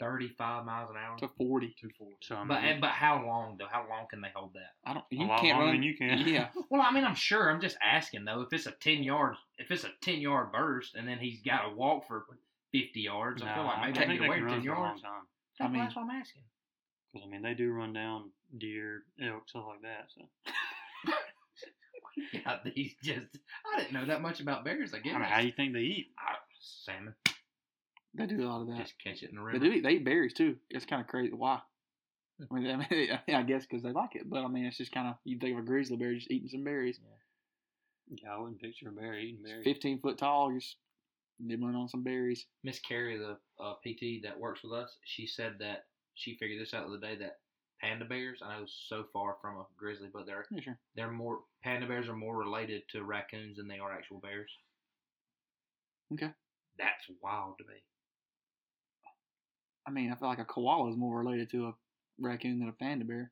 D: Thirty-five miles an hour.
E: To forty.
G: to 40.
F: So I mean,
D: But and, but how long though? How long can they hold that?
E: I don't.
F: a
E: You
F: lot
E: can't
F: longer
E: run.
F: than you can.
E: Yeah.
D: Well, I mean, I'm sure. I'm just asking though. If it's a ten yard, if it's a ten yard burst, and then he's got to walk for fifty yards, I feel
F: Nah,
D: like
F: I
D: maybe
F: don't
D: they
F: think
D: can
F: they
D: get away
F: can
D: with
F: run
D: ten
F: for a long
D: yards.
F: time.
E: I mean-
D: that's why I'm asking.
F: Because I mean, they do run down deer, elk, stuff like that. So
D: Yeah, these just. I didn't know that much about bears. I
F: I
D: guess.
F: mean, how do you think they eat?
D: I- salmon.
E: They do a lot of that.
D: Just catch it in the
E: They
D: river.
E: do. eat- They eat berries too. It's kind of crazy. Why? I mean, I, mean, I, mean, I guess because they like it, but I mean, it's just kind of you think of a grizzly bear just eating some berries.
F: Yeah, I wouldn't picture a bear eating berries.
E: Fifteen foot tall, just nibbling on some berries.
D: Miss Carrie, the uh, PT that works with us, she said that she figured this out the other day that panda bears. I know it's so far from a grizzly, but they're
E: Yeah, sure.
D: they're more panda bears are more related to raccoons than they are actual bears.
E: Okay.
D: that's wild to me.
E: I mean, I feel like a koala is more related to a raccoon than a panda bear.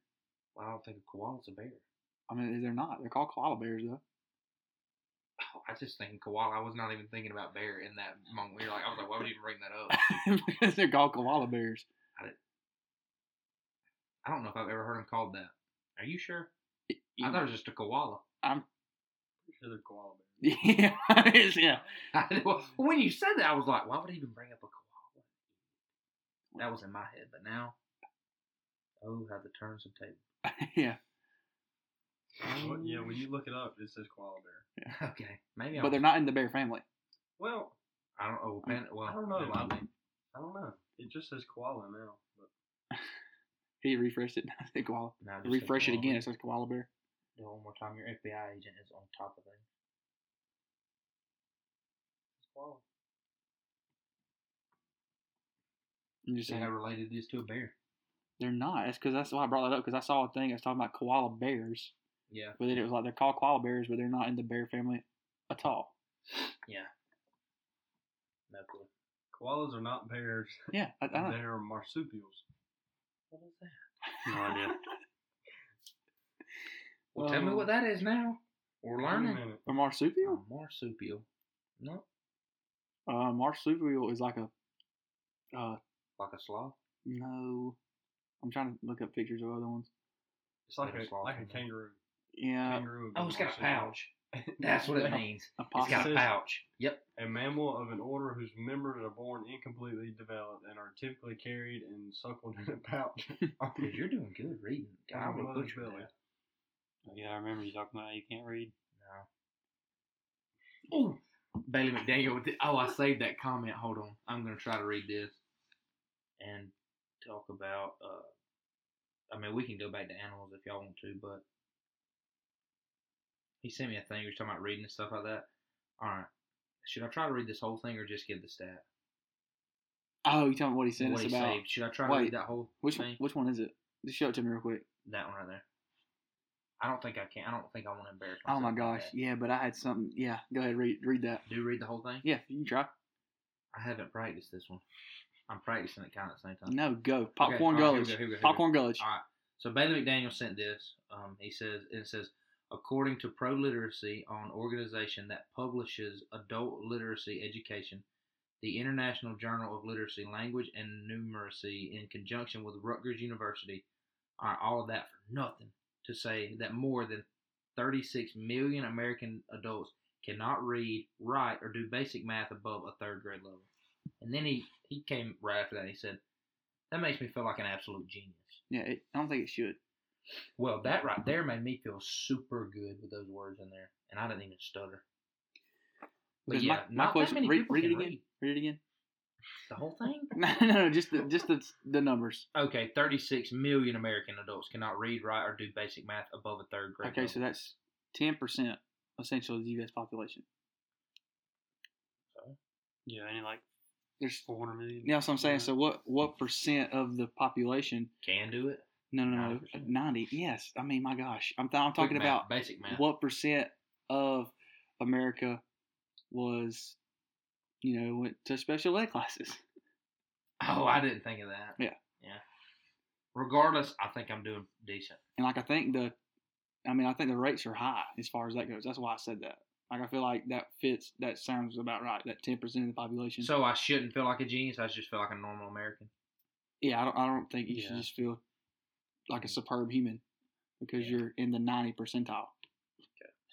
D: Well, I don't think a koala's a bear.
E: I mean, they're not. They're called koala bears though.
D: Oh, I just think koala. I was not even thinking about bear in that moment. We were like, I was like, why would you even bring that up?
E: because they're called koala bears.
D: I don't know if I've ever heard them called that. Are you sure? I
E: You-
D: thought it was just a koala.
E: I'm.
G: Pretty sure they're koala bears.
E: Yeah, it's- yeah.
D: Well, when you said that, I was like, why would he even bring up a koala? That was in my head, but now, oh, how the turns have taken.
E: yeah.
G: Well, yeah,
F: Um.
G: when you look it up, it says koala bear.
D: Okay, maybe
E: But
D: I'm,
E: they're not in the bear family.
G: Well,
D: I don't know. Pan, well,
G: I don't know.
D: they might be.
G: I don't know. It just says koala now. But
E: He refreshed it. Now it's a koala.
D: No, just a
E: Refresh it
D: koala.
E: again. It says koala bear.
D: Do it one more time. Your FBI agent is on top of things. Koala.
E: I'm just
D: See
E: saying.
D: how related it is to a bear.
E: They're not. That's because that's why I brought that up because I saw a thing. I was talking about koala bears,
D: Yeah.
E: but then it was like they're called koala bears, but they're not in the bear family at all.
D: Yeah. No clue.
G: koalas are not bears.
E: Yeah, I, I don't. know.
G: They are marsupials.
D: What is that?
F: No idea.
D: Well, tell me what that is now. We're learning.
G: Wait a minute.
E: A um, marsupial?
D: A marsupial. No, Oh.
E: Uh, marsupial is like a uh
D: like a sloth.
E: no. I'm trying to look up pictures of other ones.
G: It's like
D: They're
G: a
D: slothful,
G: like a
D: man.
G: kangaroo.
F: Uh,
E: Yeah,
G: Kangaroo. would be
D: Oh, it's got a
G: marsupial.
D: pouch. That's what it means.
E: a
D: It's
E: possum.
D: got a pouch. Yep.
G: A mammal of an order whose members are born incompletely developed and are typically carried and suckled in a pouch.
D: Dude, you're doing good reading. God, I
G: I'm a
D: would butcher
G: motherfucker.
D: that.
F: Oh, yeah, I remember you talking about how you can't read.
D: Oh, Bailey McDaniel. With the, oh, I saved that comment. Hold on. I'm gonna try to read this and talk about. Uh, I mean, we can go back to animals if y'all want to, but he sent me a thing. He was talking about reading and stuff like that. All right. Should I try to read this whole thing or just give the stat?
E: Oh, you tell me what he sent
D: What
E: us
D: he
E: about.
D: saved. Should I try to
E: Wait,
D: read that whole
E: Which
D: thing?
E: which one is it? Just show it to me real quick.
D: That one right there. I don't think I can. I don't think I want to embarrass myself.
E: Oh my
D: like
E: gosh,
D: that.
E: yeah, but I had something. Yeah, go ahead, read read that.
D: Do you read the whole thing?
E: Yeah, you can try.
D: I haven't practiced this one. I'm practicing it kind of at the same time.
E: No, go popcorn
D: all right, here we
E: gullies.
D: go, here we go, here we go.
E: popcorn gullies.
D: All right. So Bailey McDaniel sent this. Um, he says it says according to Pro Literacy, an organization that publishes adult literacy education, the International Journal of Literacy, Language and Numeracy, in conjunction with Rutgers University, are all of that for nothing to say that more than 36 million American adults cannot read, write, or do basic math above a third grade level. And then he, he came right after that. And he said, That makes me feel like an absolute genius.
E: Yeah, it, I don't think it should.
D: Well, that right there made me feel super good with those words in there, and I didn't even stutter. But
E: Because
D: yeah,
E: my, my
D: not that
E: question.
D: many
E: read,
D: people
E: read it
D: can
E: again.
D: read.
E: Read it again.
D: The whole thing.
E: No, no, no. Just the just the the numbers.
D: Okay, 36 million American adults cannot read, write, or do basic math above a third grade.
E: Okay,
D: level.
E: so that's ten percent essentially of the U.S. population.
F: Yeah, and like
E: There's
F: four hundred million.
E: yeah, that's what I'm saying.
F: Yeah.
E: So what what percent of the population?
D: can do it.
E: No, no, no,
D: 90%.
E: ninety. Yes, I mean my gosh, I'm th- I'm talking
D: Quick math,
E: about
D: basic math.
E: what percent of America was, you know, went to special ed classes.
D: Oh, I didn't think of that.
E: Yeah.
D: yeah. Regardless, I think I'm doing decent.
E: And like I think the, I mean I think the rates are high as far as that goes. That's why I said that. Like I feel like that fits. That sounds about right. That ten percent of the population.
D: So I shouldn't feel like a genius. I just feel like a normal American.
E: yeah, I don't. I don't think you should
F: Yeah.
E: just feel like a superb human because you're in the ninety percentile.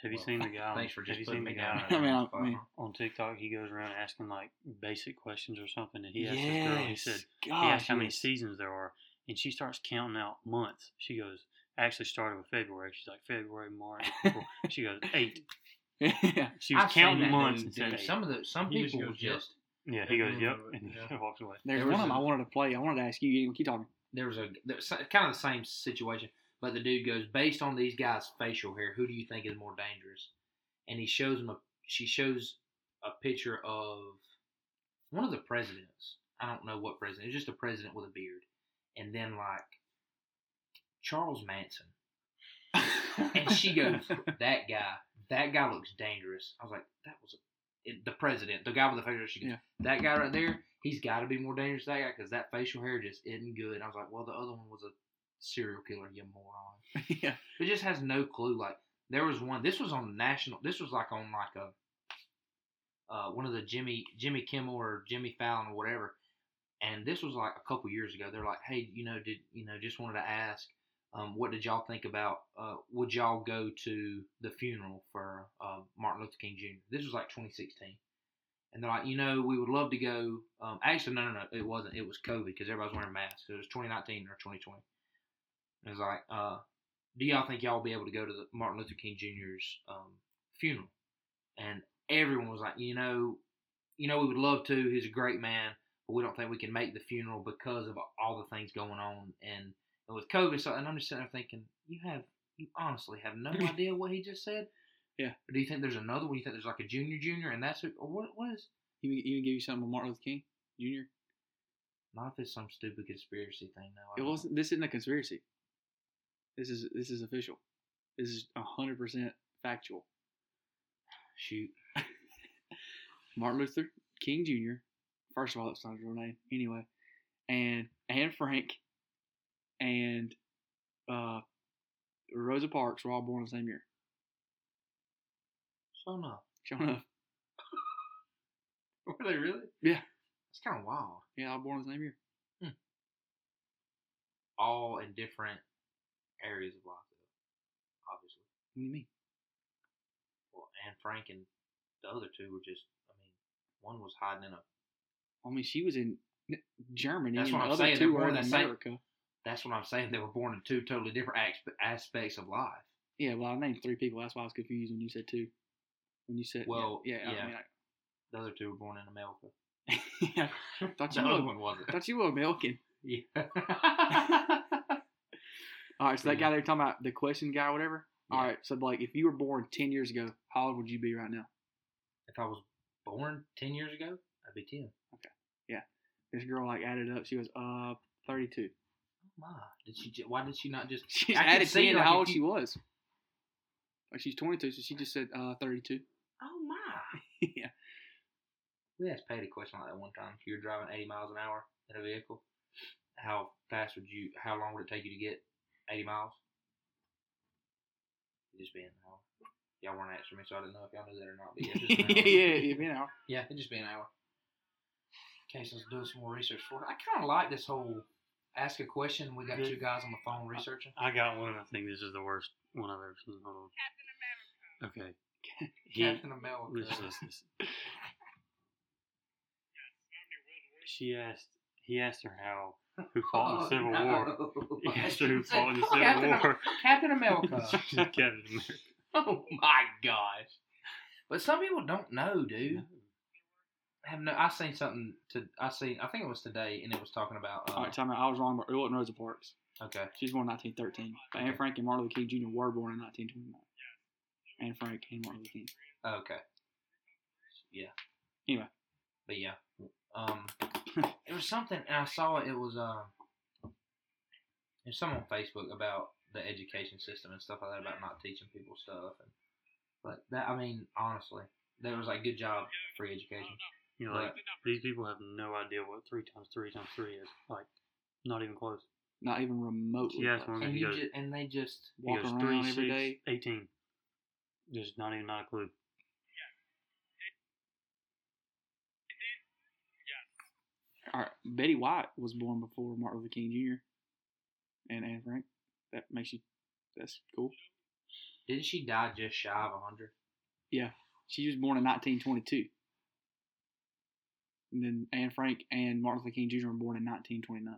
F: Have you
D: Well,
F: seen the
E: Oh,
F: guy?
D: Thanks for
F: have
D: just
F: you
D: putting
F: seen
D: me
F: the guy
D: down.
E: I mean, I- I mean-
F: on TikTok? He goes around asking like basic questions or something, and he asked this girl. He said,
E: Gosh,
F: he asked how many
E: yes.
F: seasons there are, and she starts counting out months. She goes, I actually started with February. She's like February, March, April. she goes eight.
E: yeah,
F: She was
D: I've seen
F: counting
D: that
F: months
D: dude
F: and said
D: do-
F: eight.
D: Some of the some
G: He just
D: people
G: goes, "Yep."
D: just
F: Yeah, he goes,
G: Yeah.
F: yep, and
G: Yeah.
F: he walks away.
E: there's
D: There
E: one
D: was
E: of them I
D: a-
E: wanted to play. I wanted to ask you. You keep talking.
D: there was a there was kind of the same situation, but the dude goes, based on these guys' facial hair, who do you think is more dangerous? And he shows him a she shows a picture of one of the presidents. I don't know what president. It's just a president with a beard, and then like Charles Manson. And she goes, that guy, that guy looks dangerous. I was like, that was it, the president, the guy with the facial hair. She goes,
E: Yeah.
D: that guy right there, he's got to be more dangerous than that guy because that facial hair just isn't good. And I was like, well, the other one was a serial killer, you moron.
E: yeah,
D: It just has no clue. Like there was one. This was on national. This was like on like a uh, one of the Jimmy Jimmy Kimmel or Jimmy Fallon or whatever. And this was like a couple years ago. They're like, hey, you know, did you know? Just wanted to ask, um, what did y'all think about? Uh, would y'all go to the funeral for um, Martin Luther King Jr.? This was like 2016. And they're like, you know, we would love to go. Um, actually, no, no, no, it wasn't. It was COVID because everybody's wearing masks. It was 2019 or 2020. And it was like, uh, do y'all think y'all will be able to go to the Martin Luther King Jr.'s um, funeral? And everyone was like, you know, you know, we would love to. He's a great man, but we don't think we can make the funeral because of all the things going on and, and with COVID. So, and I'm just sitting there thinking, you have, you honestly have no idea what he just said.
E: Yeah.
D: Or do you think there's another one? You think there's like a junior, junior, and that's who, or what? What is?
E: he would- he would give you something with Martin Luther King Jr.
D: Not if it's some stupid conspiracy thing. No, I
E: It
D: don't.
E: wasn't. This isn't a conspiracy. This is this is official. This is hundred percent factual.
D: Shoot,
E: Martin Luther King Jr. First of all, that's not his real name anyway, and and Frank, and uh, Rosa Parks were all born the same year.
D: so no.
E: Sure enough,
D: Were they really?
E: Yeah.
D: It's kind of wild.
E: yeah, all born the same year.
D: all in different areas of life, though, obviously.
E: What do you mean?
D: Well, Anne Frank and the other two were just, I mean, one was hiding in a.
E: I mean, she was in Germany,
D: That's
E: and
D: what
E: the
D: I'm
E: other
D: saying,
E: two
D: they're
E: were
D: born
E: in
D: the same-
E: America.
D: That's what I'm saying. They were born in two totally different aspe- aspects of life.
E: Yeah, well, I named three people. That's why I was confused when you said two. When you said
D: Well,
E: yeah, yeah,
D: yeah.
E: I mean,
D: The other two were born in America.
E: I, thought
D: The
E: you
D: other
E: were,
D: one wasn't.
E: thought you were milking.
D: Yeah.
E: All right, so that
D: Yeah.
E: guy they were talking about, the question guy, or whatever. All
D: Yeah.
E: right, so like if you were born ten years ago, how old would you be right now?
D: if I was born 10 years ago, I'd be Oh, 10.
E: This girl like added up. She was uh thirty two.
D: My, did she? ju- Why did she not just?
E: She's
D: I can
E: added
D: see,
E: ten to
D: like,
E: how
D: if
E: old
D: you-
E: she was. Like she's twenty two, so she just said uh thirty two.
D: Oh my!
E: yeah,
D: We asked Patty a question like that one time. If you were driving 80 miles an hour in a vehicle, how fast would you, how long would it take you to get 80 miles? It just being an hour. Y'all weren't answering me, so I didn't know if y'all knew that or not. But yeah, it's just an hour.
E: yeah, yeah, you know.
D: Yeah, it'd just be an hour. Okay, so let's do some more research for it. I kind of like this whole ask a question. We got two guys on the phone researching.
F: I got one. I think this is the worst one I've ever seen. Hold on. Okay. He,
D: Captain America.
F: This is- this is- She asked He asked her how who fought in the Civil War. He asked her who fought in the
D: Oh, Captain,
F: Civil War.
D: Captain
G: Uh,
D: America.
F: Captain America.
D: oh my gosh! But some people don't know, dude. I have no. I seen something to. I seen. I think it was today, and it was talking about.
E: All
D: Uh,
E: right, time out. I was wrong, but it wasn't Rosa Parks.
D: okay.
E: She was born in 1913. But Anne
D: Okay.
E: Frank and Martin Luther King Jr. were born in 1929. Anne Frank and Martin Luther King.
D: Okay. Yeah.
E: Anyway.
D: But yeah. Um it was something and I saw it, it was um there's some on Facebook about the education system and stuff like that about not teaching people stuff and but that I mean, honestly, there was like good job free education.
F: You know, like these people have no idea what three times three times three is. Like, not even close.
E: Not even remotely.
F: Yes,
E: close.
F: one
D: And
F: he
D: you
F: goes-
D: just, and they just
F: He
E: Walk
F: goes
E: around
F: three,
E: every
F: six,
E: day.
F: 18. There's not even not a clue.
E: All right, Betty White was born before Martin Luther King Jr. and Anne Frank. That makes you. That's cool.
D: didn't she die just shy of hundred?
E: She was born in 1922. And then Anne Frank and Martin Luther King Jr. were born in 1929.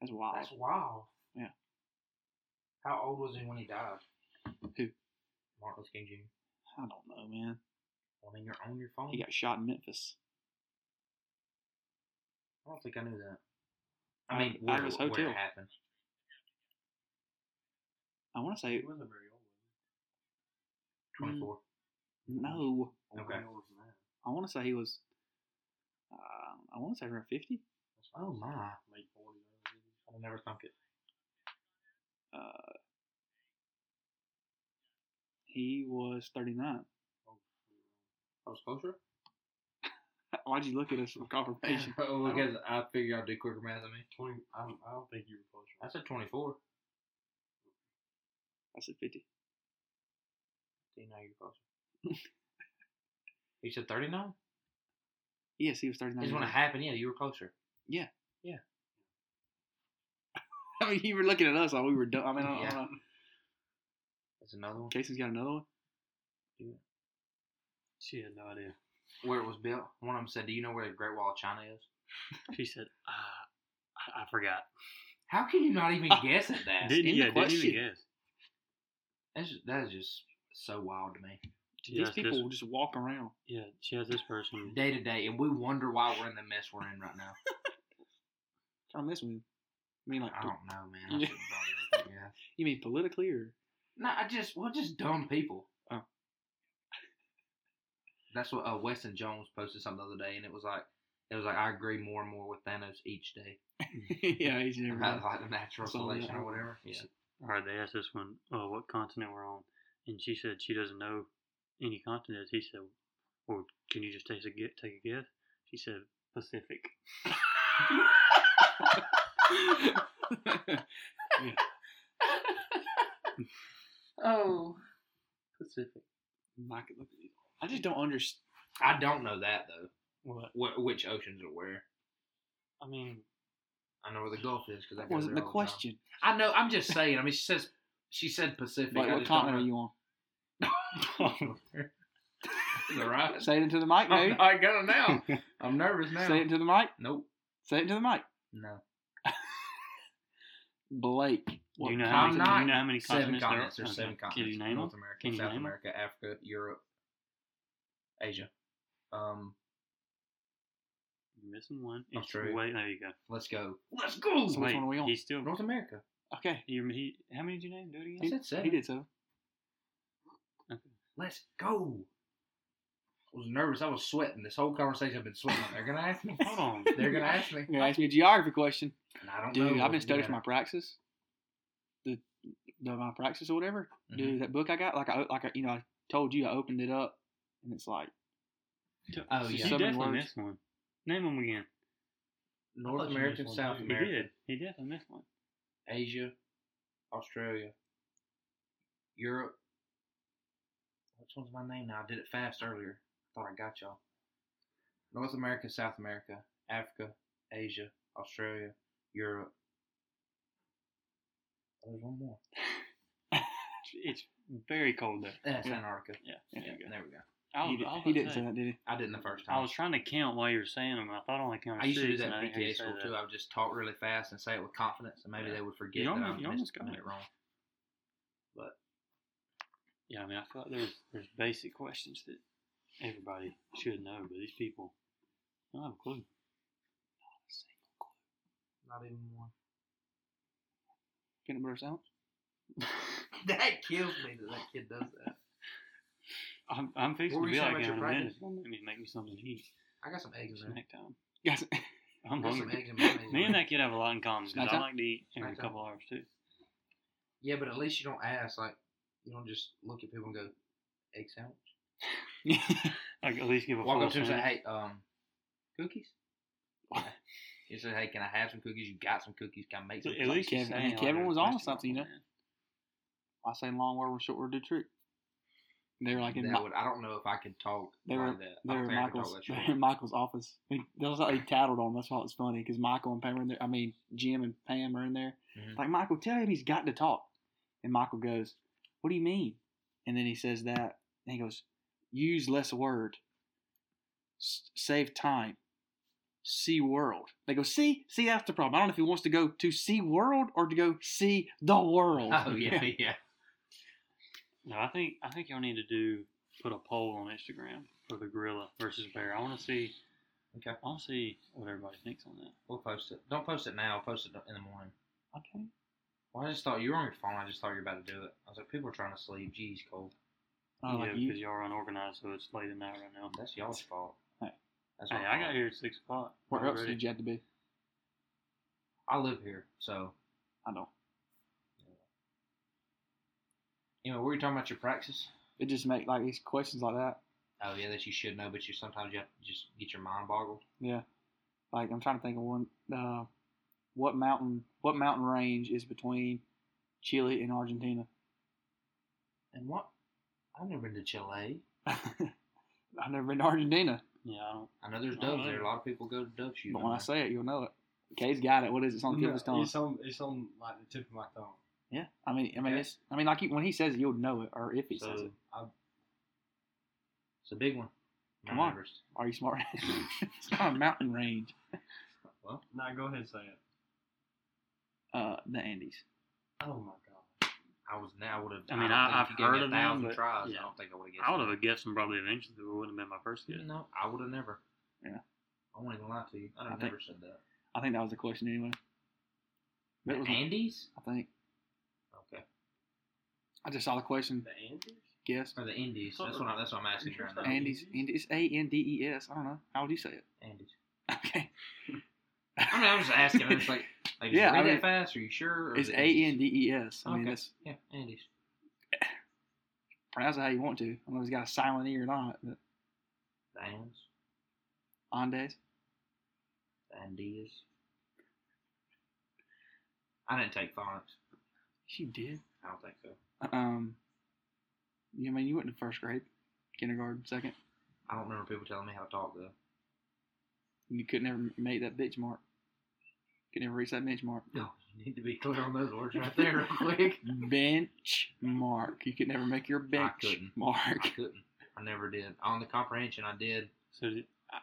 E: That's wild.
D: That's wild.
E: Yeah.
D: How old was he when he died?
E: Who?
D: Martin Luther King Jr.
E: I don't know, man.
D: I mean, you're on your phone.
E: He got shot in Memphis.
D: I don't think I knew that. I
E: Out-
D: mean,
E: out
D: where,
E: of his
D: where
E: hotel.
D: it happened.
E: I want to say
G: He wasn't very old.
E: Mm.
D: 24.
E: no.
G: was he?
D: Okay.
G: Way older than that.
E: I want to say he was. Uh, I want to say around 50.
D: Oh, my. I
G: Late 40s.
D: would never thunk it.
E: Uh, he was 39.
D: I was closer?
E: Why'd you look at us for confirmation?
D: because I figure y'all do quicker math than me.
G: 20, I don't, I don't think you were closer.
D: I said 24.
E: I said 50.
D: See, now you're closer. you said 39?
E: Yes, he was 39.
D: Is
E: years
D: when it
E: old.
D: happened, yeah, you were closer.
E: I mean, you were looking at us like we were dumb. I mean, I don't, I
D: Yeah.
E: don't know.
D: That's another one.
E: Casey's got another one.
F: She had no idea.
D: Where it was built. One of them said, Do you know where the Great Wall of China is?
F: She said, ah, I, I forgot.
D: How can you not even guess at that?
E: in
F: Didn't,
E: the
F: yeah, didn't
E: question.
F: even guess.
D: That's just, that is just so wild to me.
F: She
E: These
F: asked this-
E: people will just walk around.
F: yeah, she has this person.
D: Day to day, and we wonder why we're in the mess we're in right now.
E: Trying to mess with you. I mean, like,
D: I don't know, man. I
E: Yeah.
D: should've brought it up, yeah.
E: you mean politically or?
D: No, I just well, just dumb people.
E: Oh.
D: That's what uh, Weston Jones posted something the other day, and it was like, it was like I agree more and more with Thanos each day Mm.
E: yeah, he's never.
D: about like the natural
E: Saw that.
D: selection or whatever. Yeah,
F: All right, they asked this one, oh, what continent we're on, and she said she doesn't know any continents. He said, well, can you just take a guess? Take a guess? She said Pacific.
D: Oh, Pacific.
E: I could look at these. I just don't understand.
D: I don't know that though.
F: What?
D: Wh- which oceans are where?
F: I mean,
D: I know where the Gulf is because
E: That wasn't the question.
D: I know. I'm just saying. I mean, she says she said Pacific.
E: Like,
D: I
E: what
D: just don't
E: continent are
D: know-
E: you on?
D: Is it right?
E: Say it into the mic,
D: I,
E: baby.
D: I got it now. I'm nervous now.
E: Say it into the mic.
D: nope.
E: Say it into the mic.
D: No.
E: Blake.
F: do you know how
D: I'm
F: many,
D: not-
F: do you know how many
D: Seven
F: continents there
D: continents. There's
F: are?
D: seven
F: Okay, Can
D: continents.
F: you name
D: North
F: them?
D: America,
F: Can you
D: South
F: name 'em?
D: America, Africa, Europe, Asia. Um,
F: You're missing one.
D: I'm
F: It's
D: true.
F: way, there you go.
D: let's go. Let's go.
E: So which
F: Wait,
E: one are we on?
F: He's still.
D: North America.
E: Okay.
F: you he, how many did you name? Do it again.
D: I said seven.
E: He did so.
D: Let's go. I was nervous. I was sweating. This whole conversation, I've been sweating. They're gonna ask me.
F: Hold on.
D: They're gonna ask me.
E: You're gonna ask me a geography question,
D: And I don't know.
E: dude.
D: what
E: I've been
D: to do
E: studying for
D: about
E: my
D: it.
E: praxis. The the my praxis or whatever,
D: Mhm.
E: dude. That book I got, like I like I, you know, I told you I opened it up, and it's like
D: Oh,
F: you
D: yeah.
E: Seven
F: definitely
E: words.
F: missed one. Name them again.
G: I
D: North
G: thought you
D: America,
G: missed one,
D: South
G: too.
F: He
D: America,
F: did. He definitely missed one.
D: Asia, Australia, Europe. Which one's my name now? I did it fast earlier. I thought I got y'all. North America, South America, Africa, Asia, Australia, Europe. There's one more.
F: It's very cold there.
D: That's
E: Yeah.
D: Antarctica.
F: Yeah.
E: there
D: Yeah,
E: you go.
D: there we go.
F: I was,
E: he, did,
F: I
E: he
F: was about to
E: didn't say that, did he?
D: I didn't the first time.
F: I was trying to count while you were saying them. I thought I only counted
D: I used
F: six.
D: to do that
F: and I
D: in
F: didn't hear you
D: PTA
F: say
D: school
F: that.
D: too. I would just talk really fast and say it with confidence, and maybe
F: Yeah.
D: they would forget
F: You
D: that I
F: almost- you
D: missed-
F: almost got
D: did
F: it.
D: it wrong.
F: Yeah, I mean, I feel like there's there's basic questions that everybody should know, but these people don't have a clue.
H: Not even one.
E: Peanut butter sandwich?
D: that kills me that that kid does that.
F: I'm, I'm fixing
D: What were
F: to be
D: you saying
F: like
D: about
F: that in a
D: your
F: minute.
D: practice?
F: I mean, make me something to eat.
D: I got some eggs in there.
F: Snack time.
E: Yes.
F: I'm
D: Got some
F: hungry.
D: eggs and mayonnaise
F: Me
D: on
F: and
D: it.
F: that kid have a lot in common. 'cause
E: Snack
F: I
E: time?
F: like to eat every
D: Snack time.
F: couple hours too.
D: Yeah, but at least you don't ask. Like, you don't just look at people and go, "Egg sandwich."
F: Like at least give a
D: Walk
F: full
D: up to them and say, "Hey,
F: sandwich.
D: um, cookies." you say, "Hey, can I have some cookies? You got some cookies? Can I make some?"
F: At least
E: Kevin-
F: you say,
E: and
F: like,
E: Kevin
F: a
E: was on
F: question,
E: something, you know?
F: man.
E: I say long word or short word do trick. They were like in
D: that
E: Mi-
D: would, I don't know if I could talk
E: they
D: like
E: were
D: that. I
E: they
D: don't
E: were
D: think I could talk
E: Michael's
D: that
E: they
D: short.
E: were in Michael's office. They, that was how they tattled on. That's why it's funny because Michael and Pam are in there. I mean Jim and Pam are in there.
D: Mhm.
E: Like Michael, tell him he's got to talk. And Michael goes, "What do you mean?" And then he says that, and he goes, "Use less word, S- save time." See world. They go see see. That's the problem. I don't know if he wants to go to see world or to go see the world.
D: Oh yeah, yeah.
F: No, I think I think y'all need to do put a poll on Instagram for the gorilla versus bear. I want to see.
D: Okay.
F: I want to see what everybody thinks on that.
D: We'll post it. Don't post it now. Post it in the morning.
E: Okay.
D: Well, I just thought you were on your phone. I just thought you were about to do it. I was like, people are trying to sleep. Jeez, Cole,
E: I
F: yeah,
E: Oh, like you.
F: because y'all are unorganized, so it's late at night right now.
D: that's y'all's fault.
E: Hey.
D: That's
F: Hey,
D: my
F: I
D: fault.
F: got here at six o'clock.
E: Where else
F: already.
E: did you have to be?
D: I live here, so
E: I know.
D: you know. Were you talking about your practice?
E: It just make like these questions like that.
D: Oh yeah, that you should know, but you sometimes you have to just get your mind boggled.
E: Yeah. Like I'm trying to think of one. Uh, what mountain? What mountain range is between Chile and Argentina?
D: And what? I've never been to Chile.
E: I've never been to Argentina,
F: Yeah, I don't.
D: I know there's
F: I
D: doves
F: don't
D: there.
F: know.
D: A lot of people go to dove shooting.
E: but when I
D: there.
E: say it, you'll know it. Kay's got it. What is it? It's on the tip of his
G: No,
E: tongue.
G: it's on it's on like the tip of my tongue.
E: Yeah. I mean, I mean,
D: Okay.
E: it's. I mean, like he, when he says it, you'll know it, or if he says
D: so,
E: it.
D: I, it's a big one. Mount
E: Come on.
D: Everest.
E: Are you smart? it's not a mountain range.
D: Well,
G: Now go ahead and say it.
E: Uh, the Andes.
G: Oh my god.
D: I was now would have.
F: I mean,
D: don't
F: I-
D: think if
F: I've
D: you gave me
F: heard
D: a
F: of them,
D: thousand
F: but,
D: tries.
F: yeah.
D: I don't think I would have guessed.
F: I would
D: that.
F: have guessed them probably eventually, but it wouldn't have been my first guess.
D: No, I would have never.
E: Yeah.
D: I won't even lie to you. I'd
E: I
D: have
E: think-
D: never said that.
E: I think that was the question anyway.
D: The
E: That was my-
D: Andes?
E: I think.
D: Okay.
E: I just saw the question.
G: The Andes?
E: Guess.
D: Or the Indies. That's
G: Something-
D: what, I, that's what I'm asking you right now.
E: Andes. Andes. It's A N D E S. I don't know. How would you say it?
D: Andes.
E: Okay.
D: I mean, I'm just asking. I'm just like, like yeah,
E: Yeah,
D: read
E: I mean,
D: that fast. Are you sure? Or
E: It's
D: is
E: A
D: it Andes?
E: N D E S. I mean,
D: Okay.
E: that's
D: Yeah, Andes.
E: pronounce it how you want to. I don't know if it's got a silent E or not. But
D: The Andes.
E: Andes.
D: The Andes. I didn't take phonics.
E: She did.
D: I don't think so.
E: Um. You I mean you went to first grade, kindergarten, second.
D: I don't remember people telling me how to talk though.
E: And you could never make that bitch mark. Could never reach that bench mark.
D: No, you need to be clear on those words right there, real quick.
E: Bench mark. You could never make your bench
D: couldn't. Mm-hmm. I
E: mark.
D: couldn't. I never did. On the comprehension, I did.
F: So did, I,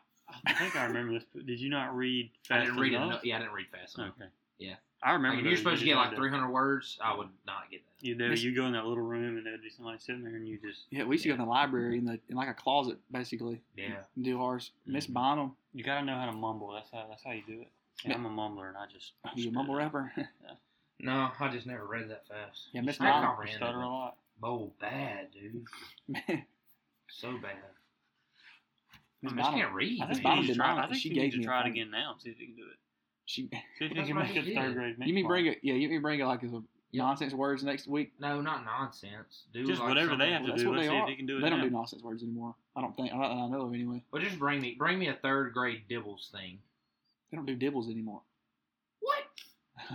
F: I think I remember this. But did you not read? Fast
D: I didn't read
F: enough?
D: enough. Yeah, I didn't read fast enough.
F: Okay.
D: Yeah.
F: I
D: Like, if
F: remember. those,
D: you're
F: you
D: supposed to
F: just
D: get
F: had
D: like 300 words, I would not get that.
F: You know, you go in that little room and there'd be somebody sitting there, and you just
E: Yeah, we used to go in the library in the in like a closet basically.
D: Yeah.
E: and Do ours. Miss
D: Mhm.
E: Bonham,
F: you gotta know how to mumble. That's how that's how you do it. And I'm a mumbler, and I just
E: you a mumble rapper.
D: No, I just never read that fast.
E: yeah, Miss
D: I
E: Bonham.
F: I
D: comprehended
F: stutter a
D: it.
F: lot.
D: Oh, bad, dude.
E: Miss
D: So bad. I just
E: Bonham.
D: can't read.
F: I
E: That's
F: think,
D: man.
E: Bonham
F: you need to
E: did
F: try,
E: mine.
F: I think
E: She
F: you need
E: gave
F: to
E: me a
F: try it
E: phone.
F: again now and see if you can do it.
E: She.
F: See
D: That's
F: if you can
D: what
F: make
D: I
F: it
D: did.
F: third grade.
E: You mean
F: benchmark.
E: bring it? Yeah, you mean bring it like as a nonsense words next week.
D: No, not nonsense. Do
F: Just
D: like
F: whatever
D: something-
F: they have to
E: That's
F: do.
E: what
F: Let's
E: they
F: see if
E: are.
F: they can do it.
E: They don't
F: now.
E: do nonsense words anymore. I don't think. Not that I know of anyway.
D: Well, just bring me bring me a third grade dibbles thing.
E: They don't do dibbles anymore.
D: What?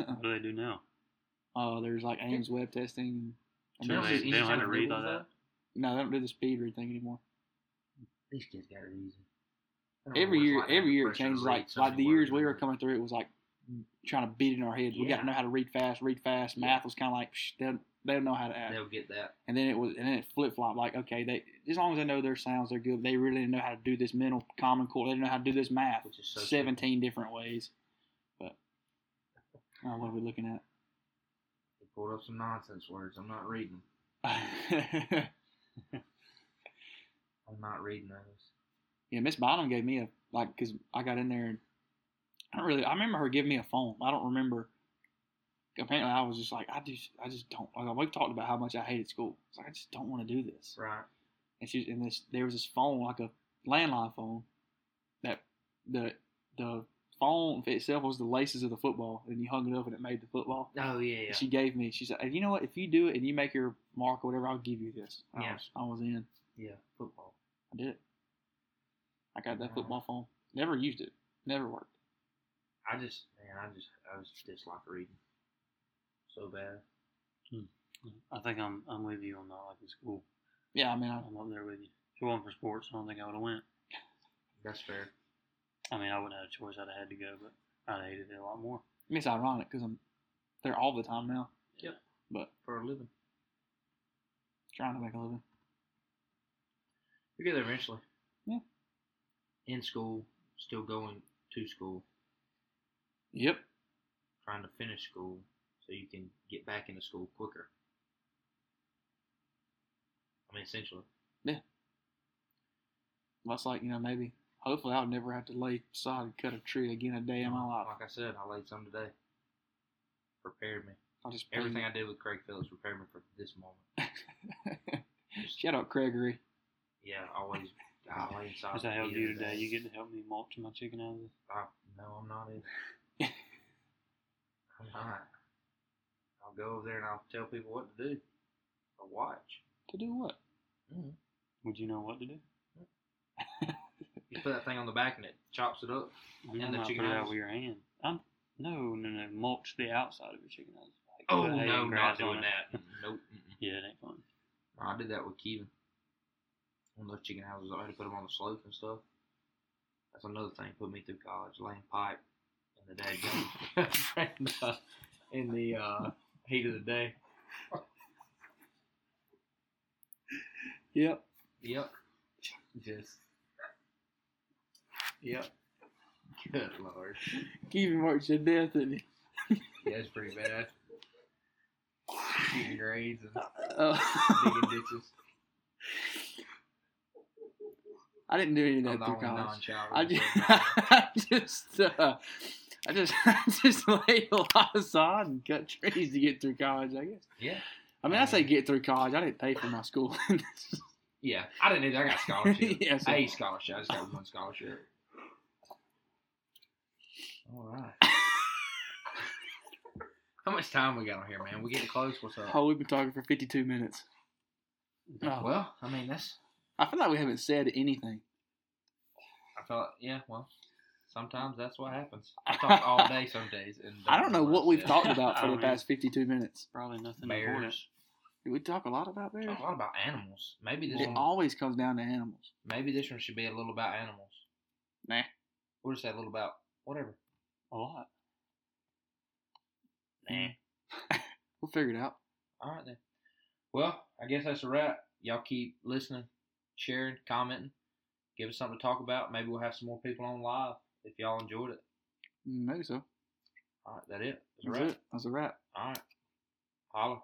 F: What do they do now?
E: uh, there's like Ames web testing. I
D: Sure,
E: mean,
F: So
D: don't
F: they,
D: do
F: they don't have
D: easy
F: to read
D: nibbles,
F: like that.
E: no, they don't do the speed read thing anymore.
D: These kids got it easy. I don't know
E: Every
D: what it's
E: year,
D: like to have
E: every
D: the
E: year it
D: pressure to
E: changes.
D: read
E: Like
D: so
E: like the
D: many
E: years
D: words.
E: we were coming through, it was like trying to beat it in our heads. We got
D: Yeah.
E: to know how to read fast, read fast. Math was kind of like psh, they, they don't know how to act.
D: They'll get that.
E: And then it was, and then it flip flop. Like, okay, they as long as they know their sounds, they're good. They really didn't know how to do this mental common core. They didn't know how to do this math.
D: Which is so
E: Seventeen different ways. But uh, what are we looking
D: They pulled up some nonsense words. I'm not reading them.
E: at?
D: I'm not reading those.
E: yeah, Miss Bottom gave me a like because I got in there and I don't really. I remember her giving me a phone. I don't remember. Apparently, I was just like, I just, I just don't. Like, we talked about how much I hated school. It's like I just don't want to do this.
D: Right.
E: and she and this there was this phone like a landline phone that the the phone itself was the laces of the football and you hung it up and it made the football
D: Oh yeah. yeah.
E: she gave me she said "Hey, you know what if you do it and you make your mark or whatever i'll give you this i,
D: Yeah.
E: was, I was in
D: Yeah. Football.
E: i did it i got that
D: Wow.
E: football phone never used it never worked
D: I just man, I just I was dislike reading. So bad.
F: I think I'm I'm with you on not liking school.
E: yeah i mean I,
F: I'm up there with you. If it wasn't for sports, I don't think I would have went.
D: That's fair.
F: I mean, I wouldn't have had a choice. I'd have had to go, but I'd have hated it a lot more.
E: it's ironic because i'm there all the time now
D: Yep.
E: but
D: For a living.
E: trying to make a living
D: You get there eventually.
E: Yeah.
D: In school, still going to school,
E: yep
D: trying to finish school so you can get back into school quicker. I mean, essentially.
E: that's like you know maybe hopefully i'll never have to lay sod and cut a tree again a day in my life
D: Like I said, I laid some today. Prepared me.
E: I'll just bring-
D: Everything I did with Craig Phillips prepared me for this moment.
E: Shout out Gregory.
D: Yeah, always. I laid solid.
F: As I helped you today, you get to help me mulch my chicken out of this.
D: I, no, I'm not in. I'm not. I'll go over there and I'll tell people what to do. Or watch.
E: To do what?
F: Would you know what to do?
D: You put that thing on the back and it chops it up.
F: I mean,
D: And the
F: I might
D: chicken
F: put it out
D: house?
F: with your hand. I'm, no, no, no. Mulch the outside of your chicken house. Like,
D: Oh
F: put hay
D: no, not
F: and grass on
D: doing
F: it.
D: that. nope. mm-mm.
F: Yeah, it ain't fun.
D: I did that with Kevin. One of those chicken houses, I had to put them on the slope and stuff. That's another thing put me through college, laying pipe in the day, in the, in the uh, heat of the day.
E: Yep.
D: Yep. Just. Yep. Good lord.
E: Keeping works to death, didn't he?
D: Yeah, it's pretty bad. Shooting grades and
E: Uh,
D: digging ditches.
E: I didn't do any of
D: I'm
E: Oh, that
D: the
E: through
D: only
E: college.
D: non-child.
E: I just,
D: that's
E: I just, uh, I just, I just laid a lot of sod and cut trees to get through college. I guess.
D: Yeah.
E: I mean, I say get through college. I didn't pay for my school.
D: Yeah, I didn't either. I got a scholarship.
E: Yeah, so-
D: a scholarship. I just got one scholarship. All right. How much time we got on here, man? We getting close. What's up?
E: oh, we've been talking for fifty-two minutes. Oh,
D: Well, I mean, that's.
E: I feel like we haven't said anything.
D: I thought. Yeah. Well, sometimes that's what happens. I talk all day some days, and
E: I don't know what we've talked about
F: I
E: for the
F: mean-
E: past fifty-two minutes.
F: Probably nothing important.
D: Bears.
E: Did we talk a lot about bears?
D: Talk a lot about animals. Maybe this
E: It
D: one.
E: always comes down to animals.
D: Maybe this one should be a little about animals.
E: Nah.
D: We'll just say a little about whatever.
F: A lot.
D: Nah.
E: Hmm. We'll figure it out.
D: All right then. Well, I guess that's a wrap. Y'all keep listening, sharing, commenting. Give us something to talk about. Maybe we'll have some more people on live if y'all enjoyed it.
E: Maybe so.
D: All right, that it. That's a
E: That's
D: wrap.
E: it. That's a wrap.
D: All right. Holla.